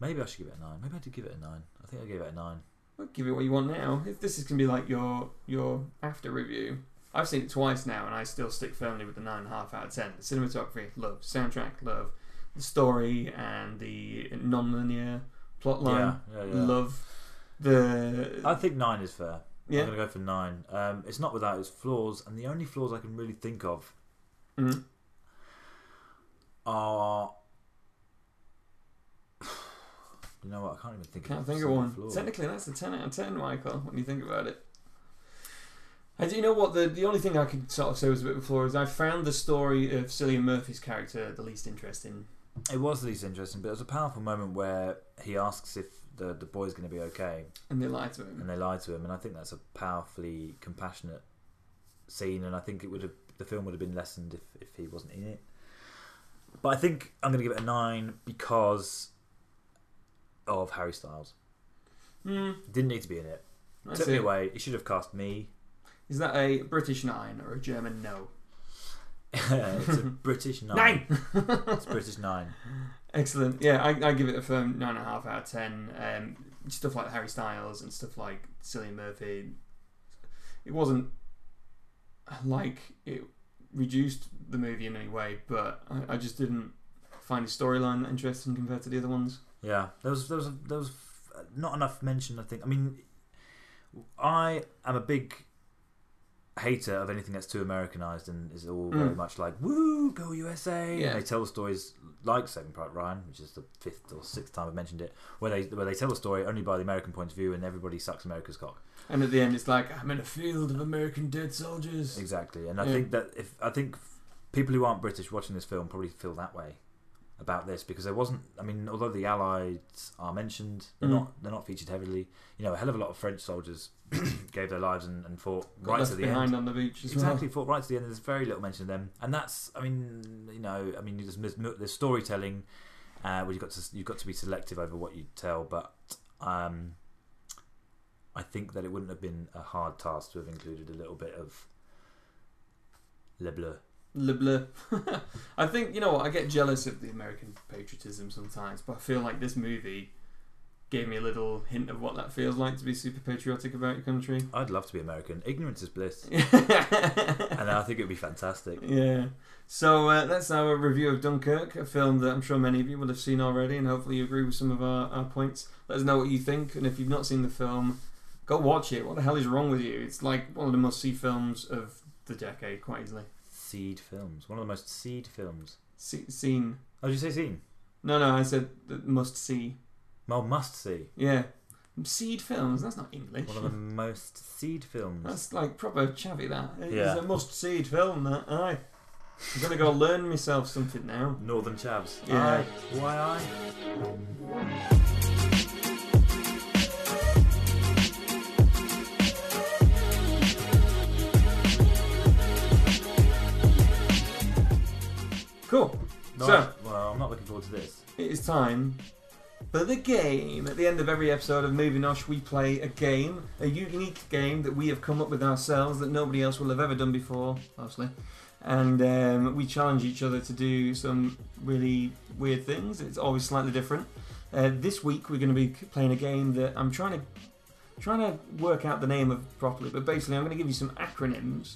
Speaker 1: Maybe I should give it a nine. Maybe I did give it a nine. I think I gave it a nine.
Speaker 2: Well, give it what you want now. If this is gonna be like your your after review. I've seen it twice now, and I still stick firmly with the nine and a half out of ten. The cinematography, love. Soundtrack, love. The story and the non-linear plot line,
Speaker 1: yeah, yeah, yeah.
Speaker 2: love. The
Speaker 1: I think nine is fair.
Speaker 2: yeah.
Speaker 1: I'm going to go for nine. Um, it's not without its flaws, and the only flaws I can really think of
Speaker 2: Mm.
Speaker 1: are. You know what? I can't even think.
Speaker 2: Can't
Speaker 1: of
Speaker 2: think of
Speaker 1: single
Speaker 2: one.
Speaker 1: flaw.
Speaker 2: Technically, that's a 10 out of 10, Michael, when you think about it. I do you know what? The, the only thing I could sort of say was a bit of a flaw is I found the story of Cillian Murphy's character the least interesting.
Speaker 1: It was the least interesting, but it was a powerful moment where he asks if the the boy's going to be okay,
Speaker 2: And they lied to him.
Speaker 1: and they lie to him, and I think that's a powerfully compassionate scene, and I think it would have the film would have been lessened if if he wasn't in it. But I think I'm going to give it a nine because of Harry Styles.
Speaker 2: Hmm.
Speaker 1: Didn't need to be in it.
Speaker 2: I
Speaker 1: Mm. Took
Speaker 2: see.
Speaker 1: me away. It should have cast me.
Speaker 2: Is that a British nine or a German no?
Speaker 1: it's a British nine.
Speaker 2: Nine!
Speaker 1: It's British nine.
Speaker 2: Excellent. Yeah, I, I give it a firm 9.5 out of 10. Um, stuff like Harry Styles and stuff like Cillian Murphy. It wasn't like it reduced the movie in any way, but I, I just didn't find the storyline that interesting compared to the other ones.
Speaker 1: Yeah, there was there was there was not enough mention. I think. I mean, I am a big hater of anything that's too Americanized and is all very
Speaker 2: Mm.
Speaker 1: much like "Woo, go USA!"
Speaker 2: Yeah.
Speaker 1: And they tell the stories like Saving Private Ryan, which is the fifth or sixth time I've mentioned it, where they where they tell a story only by the American point of view, and everybody sucks America's cock.
Speaker 2: And at the end, it's like, I'm in a field of American dead soldiers.
Speaker 1: Exactly, and I
Speaker 2: Yeah.
Speaker 1: think that if I think people who aren't British watching this film probably feel that way about this because there wasn't. I mean, although the Allies are mentioned, they're
Speaker 2: Mm.
Speaker 1: not they're not featured heavily. You know, a hell of a lot of French soldiers gave their lives and, and fought
Speaker 2: Got
Speaker 1: right
Speaker 2: left
Speaker 1: to the
Speaker 2: behind
Speaker 1: end.
Speaker 2: on the beach as
Speaker 1: Exactly, fought right to the end. There's very little mention of them, and that's. I mean, you know, I mean, there's, there's storytelling uh, where you've got to you've got to be selective over what you tell, but. Um, I think that it wouldn't have been a hard task to have included a little bit of Le Bleu.
Speaker 2: Le bleu. I think you know what I get jealous of the American patriotism sometimes, but I feel like this movie gave me a little hint of what that feels like to be super patriotic about your country.
Speaker 1: I'd love to be American. Ignorance is bliss.
Speaker 2: and
Speaker 1: and I think it would be fantastic.
Speaker 2: Yeah. So uh, that's our review of Dunkirk, a film that I'm sure many of you will have seen already, and hopefully you agree with some of our, our points. Let us know what you think, and if you've not seen the film, go watch it. What the hell is wrong with you? It's like one of the must see films of the decade, quite easily.
Speaker 1: Seed films. One of the most seed films.
Speaker 2: See, seen.
Speaker 1: Oh, did you say seen?
Speaker 2: No, no, I said the must see.
Speaker 1: Well, must see.
Speaker 2: Yeah. Seed films, that's not English.
Speaker 1: One of the most seed films.
Speaker 2: That's like proper chavvy, that. It's
Speaker 1: Yeah.
Speaker 2: a must see film, that. Aye. I'm going to go learn myself something now.
Speaker 1: Northern Chavs.
Speaker 2: Yeah.
Speaker 1: Aye. Why I?
Speaker 2: Cool.
Speaker 1: No,
Speaker 2: So-
Speaker 1: well, I'm not looking forward to this.
Speaker 2: It is time for the game. At the end of every episode of Movie Nosh, we play a game, a unique game that we have come up with ourselves that nobody else will have ever done before, mostly. And um, we challenge each other to do some really weird things. It's always slightly different. Uh, this week, we're going to be c- playing a game that I'm trying to trying to work out the name of properly. But basically, I'm going to give you some acronyms,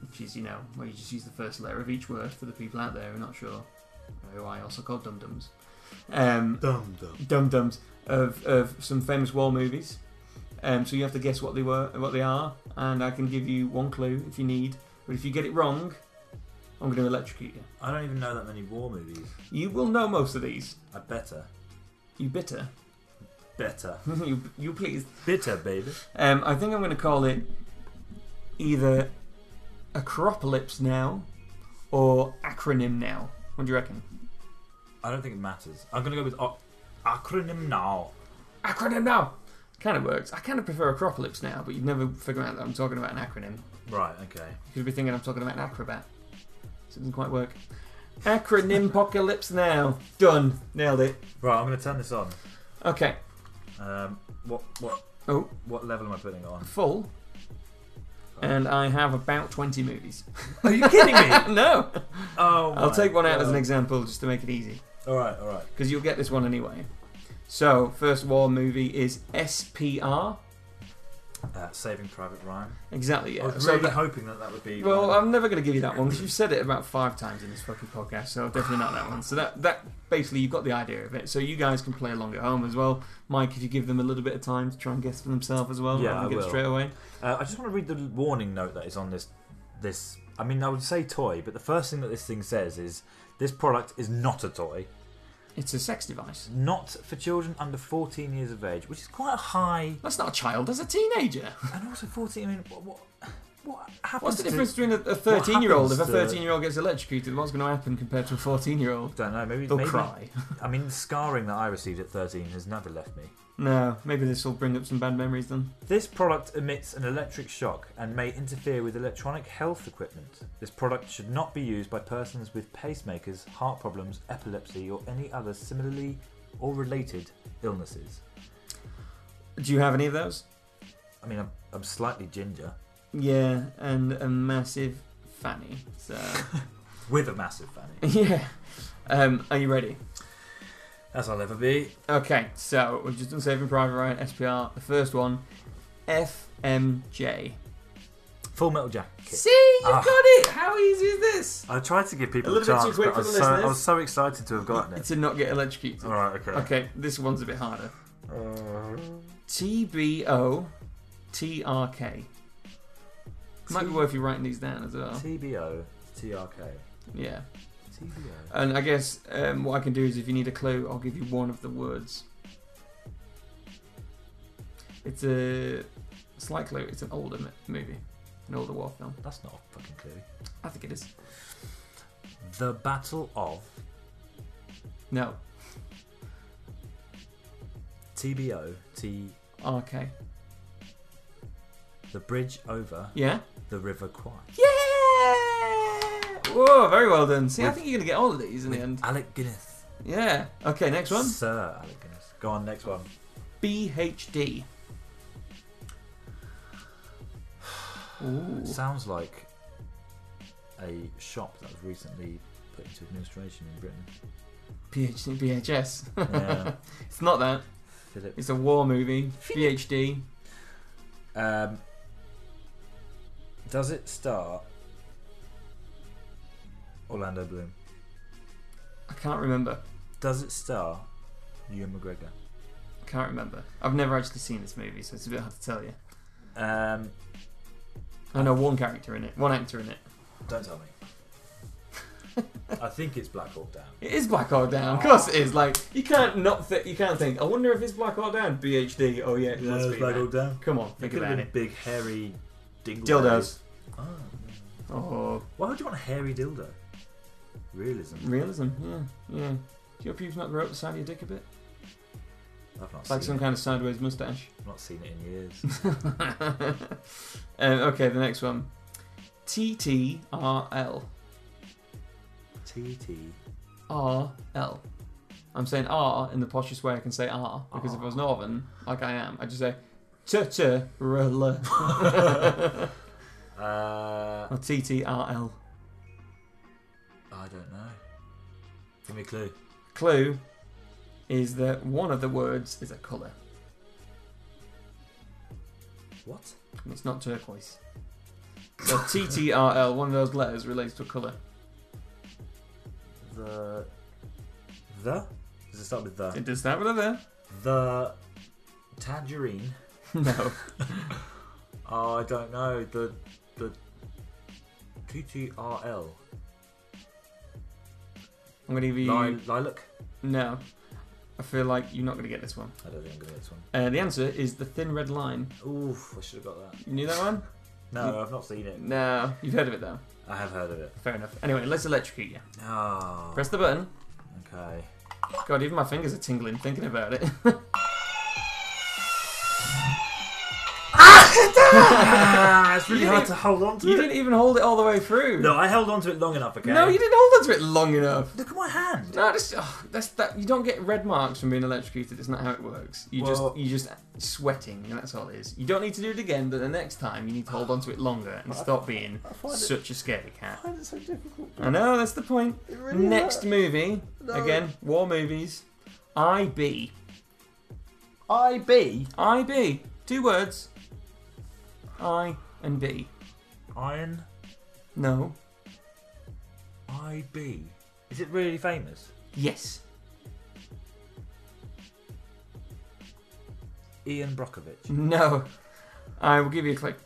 Speaker 2: which is you know where you just use the first letter of each word for the people out there who are not sure, who I also call dum dums. Um,
Speaker 1: Dum dum.
Speaker 2: dum dums of, of some famous war movies. Um, so you have to guess what they were, what they are, and I can give you one clue if you need. But if you get it wrong, I'm going to electrocute you.
Speaker 1: I don't even know that many war movies.
Speaker 2: You will know most of these.
Speaker 1: I better.
Speaker 2: You bitter.
Speaker 1: Better.
Speaker 2: you you please.
Speaker 1: Bitter, baby.
Speaker 2: Um, I think I'm going to call it either Acropolis now or acronym now. What do you reckon?
Speaker 1: I don't think it matters. I'm going to go with o- acronym now.
Speaker 2: Acronym now. Kind of works. I kind of prefer Acropolis now, but you'd never figure out that I'm talking about an acronym.
Speaker 1: Right, okay.
Speaker 2: You could be thinking I'm talking about an acrobat. So it doesn't quite work. Acronym apocalypse now. Done. Nailed it.
Speaker 1: Right, I'm going to turn this on.
Speaker 2: Okay.
Speaker 1: Um, what, what,
Speaker 2: Oh.
Speaker 1: what level am I putting it on?
Speaker 2: Full. And I have about 20 movies.
Speaker 1: Are you kidding me?
Speaker 2: no.
Speaker 1: Oh,
Speaker 2: I'll
Speaker 1: my
Speaker 2: take one out as an
Speaker 1: God.
Speaker 2: example just to make it easy.
Speaker 1: All right, all right.
Speaker 2: Because you'll get this one anyway. So, first war movie is SPR.
Speaker 1: Uh, Saving Private Ryan.
Speaker 2: Exactly, yeah.
Speaker 1: I was
Speaker 2: so
Speaker 1: Oh, really
Speaker 2: that-
Speaker 1: hoping that that would be.
Speaker 2: Well,
Speaker 1: one.
Speaker 2: I'm never going to give you that one because you've said it about five times in this fucking podcast, so definitely not that one. So that that basically you've got the idea of it. So you guys can play along at home as well. Mike, if you give them a little bit of time to try and guess for themselves as well,
Speaker 1: Yeah,
Speaker 2: rather than
Speaker 1: I
Speaker 2: get it
Speaker 1: will.
Speaker 2: straight away.
Speaker 1: uh, I just want to read the warning note that is on this. This, I mean, I would say toy, but the first thing that this thing says is this product is not a toy,
Speaker 2: It's a sex device.
Speaker 1: not for children under 14 years of age, which is quite a high.
Speaker 2: That's not a child. That's a teenager.
Speaker 1: And also 14. I mean, what, what, what happens?
Speaker 2: What's the
Speaker 1: to-
Speaker 2: difference between a, a 13 year old? If a
Speaker 1: happens to-
Speaker 2: 13 year old gets electrocuted, what's going to happen compared to a 14 year old?
Speaker 1: Don't know. Maybe
Speaker 2: They'll
Speaker 1: maybe-
Speaker 2: cry.
Speaker 1: I mean, the scarring that I received at 13 has never left me.
Speaker 2: No, maybe this will bring up some bad memories then.
Speaker 1: This product emits an electric shock and may interfere with electronic health equipment. This product should not be used by persons with pacemakers, heart problems, epilepsy, or any other similarly or related illnesses.
Speaker 2: Do you have any of those?
Speaker 1: I mean, I'm, I'm slightly ginger
Speaker 2: Yeah, and a massive fanny. So.
Speaker 1: with a massive fanny.
Speaker 2: Yeah. Um, are you ready?
Speaker 1: As I'll ever be.
Speaker 2: Okay, so we've just done Saving Private Ryan, SPR, the first one, FMJ.
Speaker 1: Full metal jacket.
Speaker 2: See, you
Speaker 1: Ah.
Speaker 2: got it. How easy is this?
Speaker 1: I tried to give people
Speaker 2: A
Speaker 1: a,
Speaker 2: little bit too
Speaker 1: chance,
Speaker 2: quick
Speaker 1: but I
Speaker 2: for
Speaker 1: was,
Speaker 2: the
Speaker 1: so, I
Speaker 2: listeners.
Speaker 1: was so excited to have gotten it.
Speaker 2: To not get electrocuted.
Speaker 1: All right, okay.
Speaker 2: Okay, this one's a bit harder.
Speaker 1: Uh,
Speaker 2: TBO TRK. Might be worth you writing these down as well.
Speaker 1: TBO, TRK,
Speaker 2: Yeah.
Speaker 1: TBO.
Speaker 2: And I guess um, what I can do is if you need a clue, I'll give you one of the words. It's a slight clue. It's an older m- movie, an older war film.
Speaker 1: That's not a fucking clue.
Speaker 2: I think it is.
Speaker 1: The Battle of
Speaker 2: No.
Speaker 1: TBO, T.
Speaker 2: Okay.
Speaker 1: The bridge over
Speaker 2: Yeah.
Speaker 1: the River Kwai.
Speaker 2: Yeah. Whoa, very well done. See, I think you're gonna get all of these in the
Speaker 1: With
Speaker 2: end.
Speaker 1: Alec Guinness.
Speaker 2: Yeah. Okay, next one.
Speaker 1: Sir Alec Guinness. Go on, next one.
Speaker 2: BHD. Ooh.
Speaker 1: Sounds like a shop that was recently put into administration in Britain.
Speaker 2: PhD, BHS.
Speaker 1: Yeah.
Speaker 2: It's not that.
Speaker 1: Philip.
Speaker 2: It's a war movie. PhD.
Speaker 1: Um, does it star Orlando Bloom?
Speaker 2: I can't remember.
Speaker 1: Does it star Ewan McGregor?
Speaker 2: I can't remember. I've never actually seen this movie, so it's a bit hard to tell you.
Speaker 1: Um,
Speaker 2: I know one character in it, one actor in it.
Speaker 1: don't tell me. I think it's Black Hawk Down.
Speaker 2: It is Black Hawk Down. Of course it is. Like you can't not th- you can't think. I wonder if it's Black Hawk Down. PhD. Oh yeah, it must be that.
Speaker 1: Down.
Speaker 2: Come on,
Speaker 1: It
Speaker 2: think
Speaker 1: could have
Speaker 2: about
Speaker 1: been
Speaker 2: it.
Speaker 1: big, hairy dingleberries.
Speaker 2: Dildos.
Speaker 1: Oh.
Speaker 2: Oh,
Speaker 1: Why would you want a hairy dildo? Realism.
Speaker 2: realism. Yeah, yeah. Do your pubes not grow up the side of your dick a bit?
Speaker 1: I've not
Speaker 2: It's like
Speaker 1: seen
Speaker 2: some
Speaker 1: it.
Speaker 2: kind of sideways mustache.
Speaker 1: I've not seen it in years.
Speaker 2: um, okay, the next one. T T R L
Speaker 1: TT.
Speaker 2: R L. I'm saying R in the poshest way I can say R because if I was northern, like I am, I'd just say T T R L.
Speaker 1: Uh,
Speaker 2: Or T T R L.
Speaker 1: I don't know. Give me a clue.
Speaker 2: Clue is that one of the words is a colour.
Speaker 1: What?
Speaker 2: And it's not turquoise. So TTRL, one of those letters relates to a colour.
Speaker 1: The. The? Does it start with the?
Speaker 2: It does start with a there.
Speaker 1: The. Tangerine.
Speaker 2: No.
Speaker 1: Oh, I don't know. The. The. TTRL.
Speaker 2: I'm going to give you.
Speaker 1: Li- lilac?
Speaker 2: No. I feel like you're not going to get this one.
Speaker 1: I don't think I'm going to get this one.
Speaker 2: Uh, the answer is the thin red line.
Speaker 1: Oof, I should have got that.
Speaker 2: You knew that one?
Speaker 1: No, I've not seen it.
Speaker 2: No. You've heard of it though.
Speaker 1: I have heard of it.
Speaker 2: Fair enough. Anyway, let's electrocute you.
Speaker 1: Oh.
Speaker 2: Press the button.
Speaker 1: Okay.
Speaker 2: God, even my fingers are tingling thinking about it.
Speaker 1: Ah, it's really
Speaker 2: You
Speaker 1: hard
Speaker 2: didn't-
Speaker 1: to hold on to
Speaker 2: you
Speaker 1: it.
Speaker 2: didn't even hold it all the way through.
Speaker 1: No, I held on to it long enough, okay?
Speaker 2: No, you didn't hold onto it long enough.
Speaker 1: Look at my hand.
Speaker 2: No, just oh, that's that. You don't get red marks from being electrocuted. It's not how it works. You
Speaker 1: Well-
Speaker 2: just you just sweating, and that's all it is. You don't need to do it again, but the next time you need to hold on to it longer and stop being
Speaker 1: I find it-
Speaker 2: such a scaredy cat.
Speaker 1: Why is it so difficult?
Speaker 2: I know that's the point.
Speaker 1: It really
Speaker 2: Next
Speaker 1: hurt.
Speaker 2: movie,
Speaker 1: No.
Speaker 2: again, war movies. IB,
Speaker 1: IB.
Speaker 2: IB, two words. I and B.
Speaker 1: Iron
Speaker 2: No.
Speaker 1: IB. Is it really famous?
Speaker 2: Yes.
Speaker 1: Ian
Speaker 2: Mm.
Speaker 1: Brockovich.
Speaker 2: No. I will give you a click.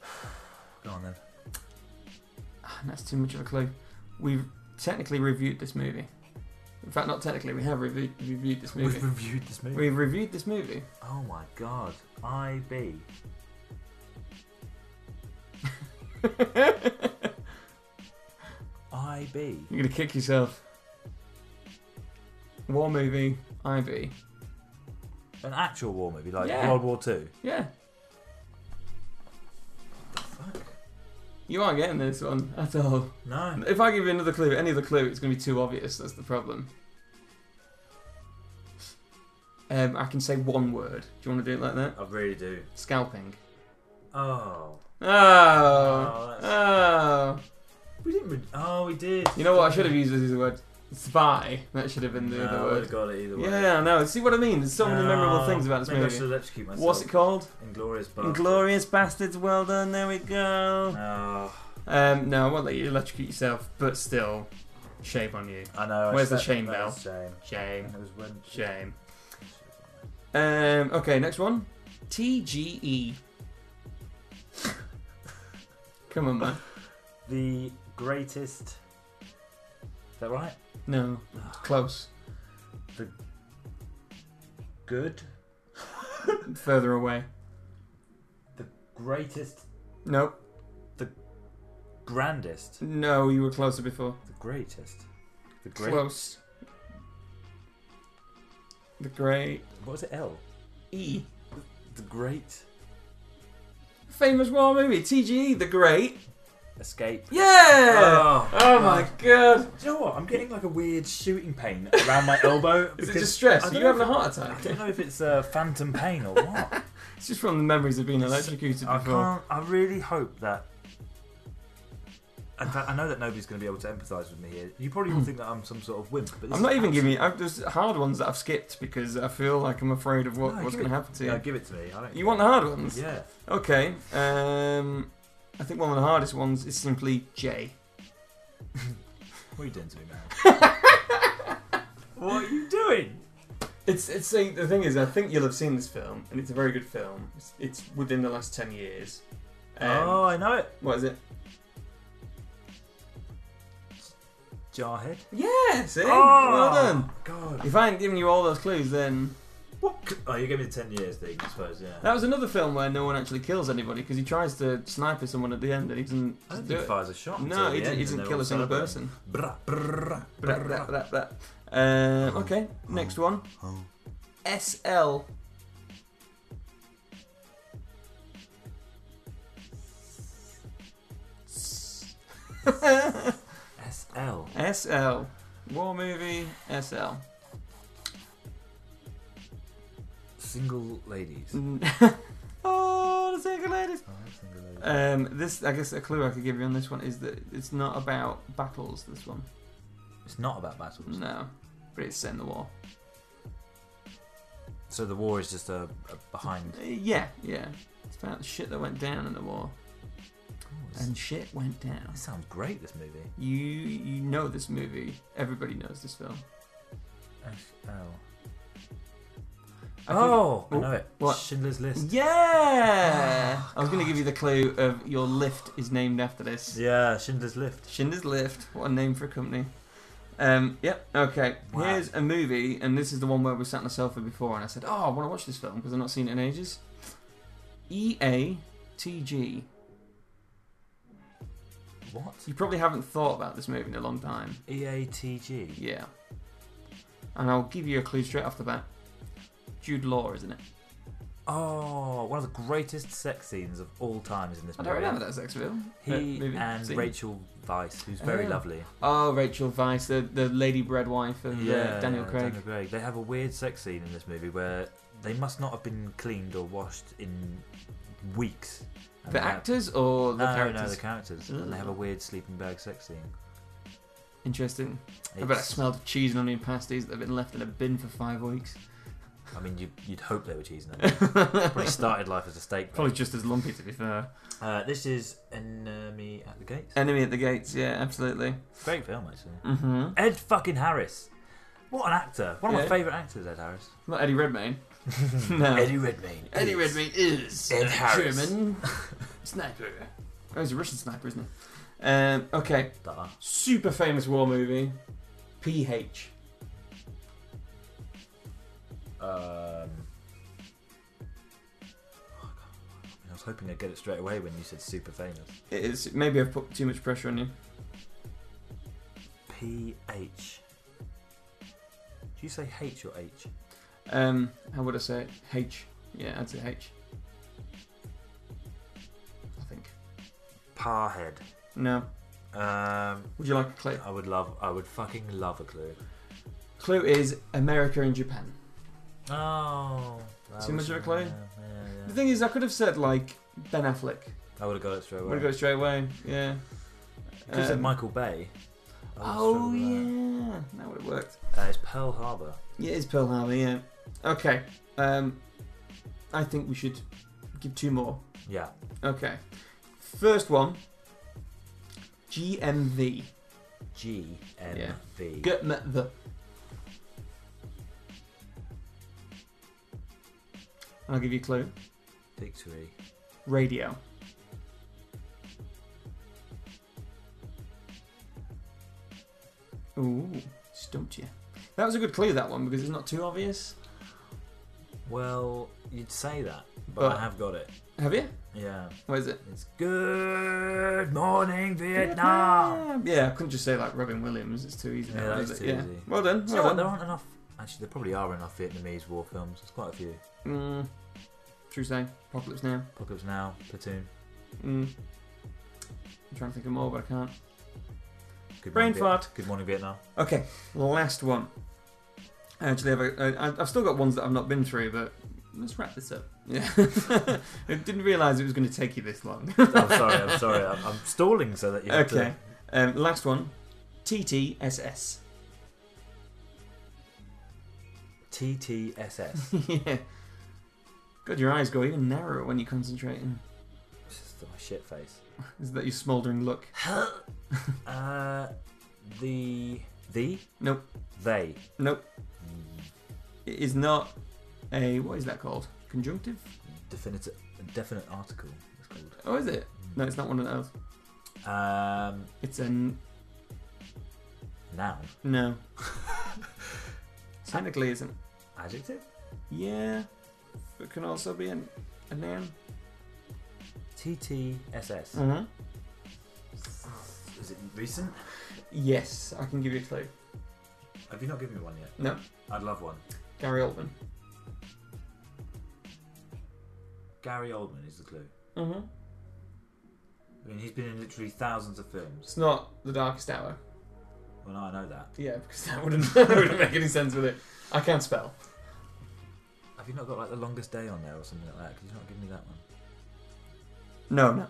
Speaker 1: Go on then.
Speaker 2: Ah, That's too much of a clue. We've technically reviewed this movie. In fact, not technically, we have reviewed, reviewed this movie.
Speaker 1: We've reviewed this movie.
Speaker 2: We've reviewed this movie.
Speaker 1: Oh my god. IB. IB.
Speaker 2: You're gonna kick yourself. War movie, IB.
Speaker 1: An actual war movie, like
Speaker 2: Yeah.
Speaker 1: World War Two.
Speaker 2: Yeah,
Speaker 1: Fuck.
Speaker 2: you aren't getting this one at all.
Speaker 1: No.
Speaker 2: If I give you another clue, any other clue, it's gonna be too obvious. That's the problem. Um, I can say one word. Do you want to do it like that?
Speaker 1: I really do.
Speaker 2: Scalping.
Speaker 1: Oh.
Speaker 2: Oh.
Speaker 1: Oh, that's-
Speaker 2: Oh.
Speaker 1: We didn't. Re- oh, we did.
Speaker 2: You know what? I should have used this as a word. Spy. That should have been the
Speaker 1: No, I
Speaker 2: other
Speaker 1: would have
Speaker 2: word.
Speaker 1: got it either way.
Speaker 2: Yeah, no. See what I mean? There's so many memorable
Speaker 1: No,
Speaker 2: things about this
Speaker 1: maybe I
Speaker 2: movie.
Speaker 1: should electrocute myself.
Speaker 2: What's it called?
Speaker 1: Inglorious Bastards.
Speaker 2: Inglorious Bastards. Well done. There we go.
Speaker 1: Oh,
Speaker 2: Um, no, I won't let you electrocute yourself, but still, shame on you.
Speaker 1: I know. I
Speaker 2: Where's the
Speaker 1: said-
Speaker 2: shame
Speaker 1: that was Shame.
Speaker 2: Shame.
Speaker 1: And it was when.
Speaker 2: Shame. Um, okay, next one. E. TGE. Come on, man.
Speaker 1: The greatest. Is that right?
Speaker 2: No, close.
Speaker 1: Good.
Speaker 2: Further away.
Speaker 1: Greatest.
Speaker 2: Nope.
Speaker 1: Grandest.
Speaker 2: No, you were closer before.
Speaker 1: The greatest. The great.
Speaker 2: Close. The great
Speaker 1: What was it? L.
Speaker 2: E.
Speaker 1: The great
Speaker 2: Famous war movie, TGE, The Great.
Speaker 1: escape.
Speaker 2: Yeah!
Speaker 1: Oh,
Speaker 2: oh my god.
Speaker 1: Do you know what? I'm getting like a weird shooting pain around my elbow.
Speaker 2: Is it
Speaker 1: because
Speaker 2: just stress?
Speaker 1: I
Speaker 2: Are
Speaker 1: don't
Speaker 2: you
Speaker 1: know
Speaker 2: having a
Speaker 1: if it-
Speaker 2: heart
Speaker 1: I
Speaker 2: attack?
Speaker 1: don't know if it's uh, phantom pain or what.
Speaker 2: It's just from the memories of being electrocuted
Speaker 1: I
Speaker 2: before.
Speaker 1: can't. I really hope that in fact, I know that nobody's going to be able to empathise with me here. You probably will think that I'm some sort of wimp, but this
Speaker 2: Hmm. I'm
Speaker 1: is
Speaker 2: not even
Speaker 1: absolute-
Speaker 2: giving you. I've, there's hard ones that I've skipped because I feel like I'm afraid of what,
Speaker 1: No,
Speaker 2: what's
Speaker 1: give
Speaker 2: going to
Speaker 1: it-
Speaker 2: happen to you.
Speaker 1: Yeah, give it to me. I don't
Speaker 2: You want the hard ones?
Speaker 1: Yeah.
Speaker 2: Okay. Um, I think one of the hardest ones is simply J.
Speaker 1: What are you doing to me, man? what are you doing?
Speaker 2: It's it's see, the thing is I think you'll have seen this film and it's a very good film. It's, it's within the last ten years. Um,
Speaker 1: oh, I know it.
Speaker 2: What is it?
Speaker 1: Jarhead.
Speaker 2: Yeah. See.
Speaker 1: Oh,
Speaker 2: Well done.
Speaker 1: God.
Speaker 2: If I hadn't given you all those clues, then
Speaker 1: What? c- Oh, you gave me the 10 years thing, I suppose, yeah.
Speaker 2: that was another film where no one actually kills anybody because he tries to sniper someone at the end and he doesn't,
Speaker 1: I
Speaker 2: doesn't
Speaker 1: don't
Speaker 2: do
Speaker 1: think
Speaker 2: it.
Speaker 1: fires a shot.
Speaker 2: No, he, didn't- he didn't kill a single person.
Speaker 1: Brah, brah,
Speaker 2: Blah, blah, blah, blah. Um, okay, next one. SL.
Speaker 1: SL.
Speaker 2: SL. War movie, SL.
Speaker 1: Single ladies.
Speaker 2: Mm. oh, the single ladies.
Speaker 1: Oh, single ladies.
Speaker 2: Um, this, I guess, a clue I could give you on this one is that it's not about battles. This one,
Speaker 1: it's not about battles.
Speaker 2: no, but it's set in the war.
Speaker 1: So the war is just a, a behind.
Speaker 2: Uh, yeah, yeah. It's about the shit that went down in the war,
Speaker 1: Oh, this-
Speaker 2: and shit went down.
Speaker 1: this sounds great, this movie.
Speaker 2: You, you know this movie. Everybody knows this film.
Speaker 1: SL.
Speaker 2: I think-
Speaker 1: Oh, I
Speaker 2: Oh,
Speaker 1: know it.
Speaker 2: what?
Speaker 1: Schindler's List.
Speaker 2: Yeah!
Speaker 1: Ah,
Speaker 2: I was going to give you the clue of your lift is named after this.
Speaker 1: Yeah, Schindler's Lift.
Speaker 2: Schindler's Lift. What a name for a company. Um, yep, okay.
Speaker 1: Wow.
Speaker 2: Here's a movie, and this is the one where we sat on the sofa before, and I said, Oh, I want to watch this film because I've not seen it in ages. E A T G.
Speaker 1: What? E
Speaker 2: You probably haven't thought about this movie in a long time.
Speaker 1: EATG.
Speaker 2: Yeah. And I'll give you a clue straight off the bat Jude Law, isn't it?
Speaker 1: Oh, one of the greatest sex scenes of all times in this
Speaker 2: I
Speaker 1: movie.
Speaker 2: don't remember that sex film. that
Speaker 1: He
Speaker 2: movie
Speaker 1: and
Speaker 2: scene.
Speaker 1: Rachel Weisz, who's very
Speaker 2: Oh.
Speaker 1: lovely.
Speaker 2: Oh, Rachel Vice, the, the lady bred wife of uh, Daniel Craig.
Speaker 1: Daniel Craig. They have a weird sex scene in this movie where they must not have been cleaned or washed in weeks. And
Speaker 2: The
Speaker 1: they have-
Speaker 2: actors or the
Speaker 1: no,
Speaker 2: characters?
Speaker 1: no, the characters. And they have a
Speaker 2: Mm.
Speaker 1: weird sleeping bag sex scene.
Speaker 2: Interesting. I bet I
Speaker 1: It's-
Speaker 2: smelled of cheese and onion pasties that have been left in a bin for five weeks.
Speaker 1: I mean, you, you'd hope they were cheesing it. Probably
Speaker 2: Probably
Speaker 1: started life as a steak.
Speaker 2: Probably just as lumpy, to be fair.
Speaker 1: Uh, this is Enemy at the Gates.
Speaker 2: Enemy at the gates, yeah, absolutely.
Speaker 1: Great film, actually.
Speaker 2: Mm-hmm.
Speaker 1: Ed fucking Harris. What an actor. One of my
Speaker 2: Yeah.
Speaker 1: favourite actors, Ed Harris.
Speaker 2: Not Eddie Redmayne. no. Eddie,
Speaker 1: Redmayne.
Speaker 2: Redmayne is
Speaker 1: Ed
Speaker 2: a
Speaker 1: Harris.
Speaker 2: German sniper. Oh, he's a Russian sniper, isn't he? Um, okay,
Speaker 1: Duh.
Speaker 2: super famous war movie, PH.
Speaker 1: Um, I was hoping I'd get it straight away when you said super famous.
Speaker 2: It is. Maybe I've put too much pressure on you.
Speaker 1: PH. Do you say H or H?
Speaker 2: Um, how would I say it? H. Yeah, I'd say H. I think.
Speaker 1: Parhead.
Speaker 2: No.
Speaker 1: Um,
Speaker 2: Would you like a clue?
Speaker 1: I would love, I would fucking love a clue.
Speaker 2: Clue is America and Japan.
Speaker 1: Oh. that
Speaker 2: Too
Speaker 1: was-
Speaker 2: much of a clue?
Speaker 1: yeah, yeah, yeah.
Speaker 2: The thing is, I could have said like Ben Affleck.
Speaker 1: I would have got it straight
Speaker 2: Would
Speaker 1: away.
Speaker 2: have got straight away. Yeah.
Speaker 1: Could have said
Speaker 2: Um,
Speaker 1: Michael Bay. I would've
Speaker 2: Oh
Speaker 1: struggled with that.
Speaker 2: yeah, that would have worked.
Speaker 1: Uh, it's Pearl Harbor.
Speaker 2: Yeah, it is Pearl Harbor. Yeah. Okay. Um, I think we should give two more.
Speaker 1: Yeah.
Speaker 2: Okay. First one. GMV.
Speaker 1: G M V.
Speaker 2: Get me the. I'll give you a clue.
Speaker 1: Victory.
Speaker 2: Radio. Ooh, stumped you. That was a good clue, that one, because it's not too obvious.
Speaker 1: Well, you'd say that, but,
Speaker 2: But-
Speaker 1: I have got it.
Speaker 2: Have you?
Speaker 1: Yeah.
Speaker 2: Where is it?
Speaker 1: It's Good Morning Vietnam.
Speaker 2: Yeah, I couldn't just say like Robin Williams. It's too easy.
Speaker 1: Yeah,
Speaker 2: now,
Speaker 1: that's
Speaker 2: is it?
Speaker 1: too
Speaker 2: yeah.
Speaker 1: easy.
Speaker 2: Well done.
Speaker 1: Do you know
Speaker 2: Well
Speaker 1: what? There
Speaker 2: done.
Speaker 1: aren't enough. Actually, there probably are enough Vietnamese war films. There's quite a few.
Speaker 2: Mm, true saying. Apocalypse now.
Speaker 1: Apocalypse Now, Platoon.
Speaker 2: Mm. I'm trying to think of more, but I can't.
Speaker 1: Good
Speaker 2: Brain
Speaker 1: Morning Viet-
Speaker 2: fart.
Speaker 1: Good Morning Vietnam.
Speaker 2: Okay, last one. I actually have a, I, I've still got ones that I've not been through, but let's wrap this up. Yeah. I didn't realise it was going to take you this long.
Speaker 1: Oh, I'm sorry. I'm sorry. I'm, I'm stalling so that you have
Speaker 2: Okay.
Speaker 1: to
Speaker 2: Um, last one TTSS.
Speaker 1: TTSS.
Speaker 2: yeah. God, your eyes go even narrower when you're concentrating.
Speaker 1: This is my shit face.
Speaker 2: Is that your smouldering look?
Speaker 1: uh, the the
Speaker 2: Nope.
Speaker 1: they
Speaker 2: Nope. It is not a. What is that called? Conjunctive?
Speaker 1: definite definite article. It's called.
Speaker 2: Oh, is it? No, it's not one of those.
Speaker 1: Um,
Speaker 2: It's a. n-
Speaker 1: noun
Speaker 2: No. Technically isn't.
Speaker 1: adjective
Speaker 2: Yeah. But can also be an, a noun.
Speaker 1: TTSS.
Speaker 2: Mm-hmm.
Speaker 1: Is it recent?
Speaker 2: Yes, I can give you a clue.
Speaker 1: Have you not given me one yet?
Speaker 2: No.
Speaker 1: I'd love one.
Speaker 2: Gary Oldman.
Speaker 1: Gary Oldman is the clue.
Speaker 2: Mm-hmm.
Speaker 1: I mean, he's been in literally thousands of films.
Speaker 2: It's not The Darkest Hour.
Speaker 1: Well, I know that.
Speaker 2: Yeah, because that wouldn't, that wouldn't make any sense with it. I can't spell.
Speaker 1: Have you not got like the longest day on there or something like that? Could you not give me that one?
Speaker 2: No, no.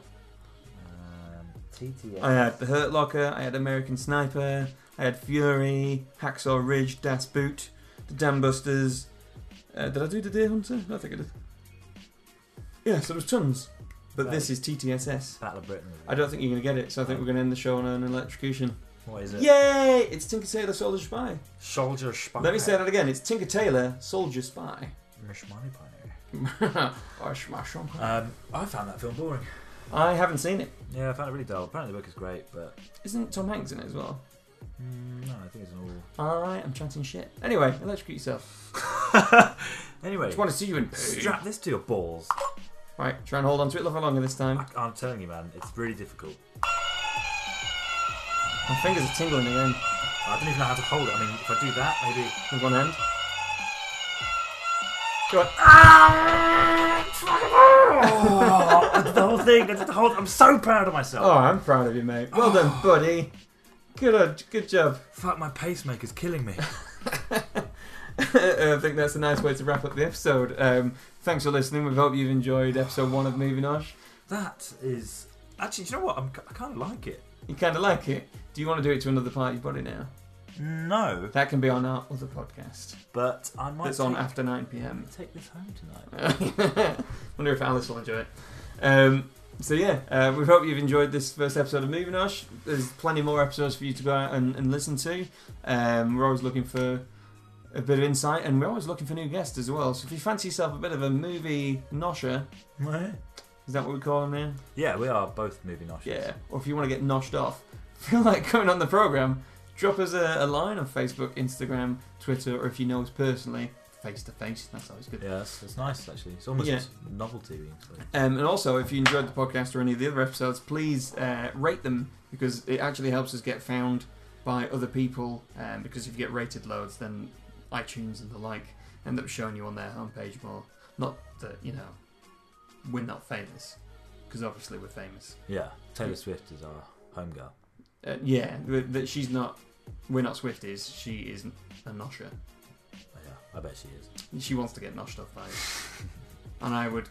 Speaker 1: Um, TTSS.
Speaker 2: I had The Hurt Locker, I had American Sniper, I had Fury, Hacksaw Ridge, Das Boot, The Dam Busters. Uh, did I do The Deer Hunter? I think I did. Yeah, so there's tons. But this is TTSS.
Speaker 1: Battle of Britain.
Speaker 2: I don't think you're going to get it, so I think we're going to end the show on an electrocution.
Speaker 1: What is it?
Speaker 2: Yay! It's Tinker Tailor Soldier Spy.
Speaker 1: Soldier Spy.
Speaker 2: Let me say that again. It's Tinker Tailor Soldier Spy.
Speaker 1: Mishmani Pioneer.
Speaker 2: Or smash on.
Speaker 1: Um, I found that film boring.
Speaker 2: I haven't seen it.
Speaker 1: Yeah, I found it really dull. Apparently the book is great, but
Speaker 2: Isn't Tom Hanks in it as well?
Speaker 1: mm, no, I think it's an all.
Speaker 2: Alright, I'm chanting shit. Anyway, electrocute yourself. I
Speaker 1: anyway,
Speaker 2: just want to see you in pain.
Speaker 1: strap this to your balls.
Speaker 2: Right, try and hold on to it a little longer this time.
Speaker 1: I, I'm telling you, man, it's really difficult.
Speaker 2: My fingers are tingling again
Speaker 1: I don't even know how to hold it. I mean, if I do that, maybe.
Speaker 2: with one hand. Go on.
Speaker 1: Oh, I did Ah, the whole thing. I did the whole. I'm so proud of myself.
Speaker 2: Oh, I'm proud of you, mate. Well done, buddy. Good, uh, good job.
Speaker 1: Fuck, my pacemaker's killing me.
Speaker 2: I think that's a nice way to wrap up the episode. Um, thanks for listening. We hope you've enjoyed episode one of Movie Nosh.
Speaker 1: that is actually. Do you know what? I'm, ki- I kind of like it.
Speaker 2: You kind of like it. Do you want to do it to another part of your body now?
Speaker 1: No,
Speaker 2: That can be on our other podcast.
Speaker 1: but I might.
Speaker 2: It's on
Speaker 1: take,
Speaker 2: after 9 pm.
Speaker 1: take this home tonight.
Speaker 2: Wonder if Alice will enjoy it. Um, so yeah, uh, we hope you've enjoyed this first episode of Movie Nosh. There's plenty more episodes for you to go out and, and listen to. Um, we're always looking for a bit of insight, and we're always looking for new guests as well. So if you fancy yourself a bit of a movie nosher, is that what we call them now?
Speaker 1: Yeah, we are both movie noshes.
Speaker 2: Yeah. Or if you want to get noshed off, feel like coming on the program, drop us a, a line on Facebook, Instagram, Twitter, or if you know us personally, face to face. That's always good.
Speaker 1: Yeah, that's, that's nice actually. It's almost
Speaker 2: Yeah.
Speaker 1: novelty. actually.
Speaker 2: Um, and also, if you enjoyed the podcast or any of the other episodes, please uh, rate them because it actually helps us get found by other people. Um, because if you get rated loads, then iTunes and the like end up showing you on their homepage more. Not that, you know, we're not famous because obviously we're famous.
Speaker 1: Yeah, Taylor Swift is our homegirl.
Speaker 2: Uh, yeah, th- that she's not. We're not Swifties. She is a nosher.
Speaker 1: Yeah, I bet she is.
Speaker 2: She wants to get noshed off by us, and I would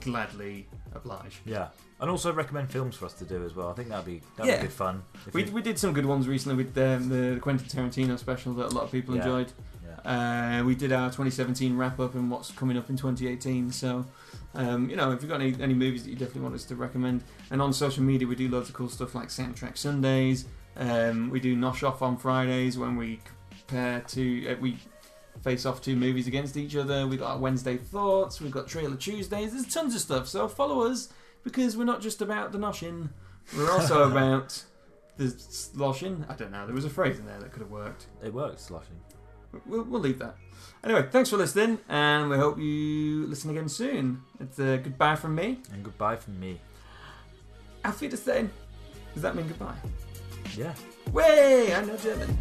Speaker 2: gladly oblige.
Speaker 1: Yeah, and also recommend films for us to do as well. I think that'd be that'd
Speaker 2: Yeah.
Speaker 1: be good fun. If
Speaker 2: We,
Speaker 1: you-
Speaker 2: we did some good ones recently with um, the Quentin Tarantino special that a lot of people
Speaker 1: Yeah.
Speaker 2: enjoyed.
Speaker 1: yeah.
Speaker 2: Uh, we did our 2017 wrap up and what's coming up in 2018. So, um, you know, if you've got any, any movies that you definitely want us to recommend, and on social media, we do loads of cool stuff like Soundtrack Sundays. Um, we do Nosh Off on Fridays when we compare to, uh, we face off two movies against each other. We've got our Wednesday Thoughts, we've got Trailer Tuesdays, there's tons of stuff. So, follow us because we're not just about the noshing, we're also about the sloshing. I don't know, there was a phrase in there that could have worked.
Speaker 1: It works, sloshing.
Speaker 2: We'll, we'll leave that. Anyway, thanks for listening, and we hope you listen again soon. It's a goodbye from me.
Speaker 1: And goodbye from me.
Speaker 2: Auf Wiedersehen. Does that mean goodbye?
Speaker 1: Yeah.
Speaker 2: Way, I know German.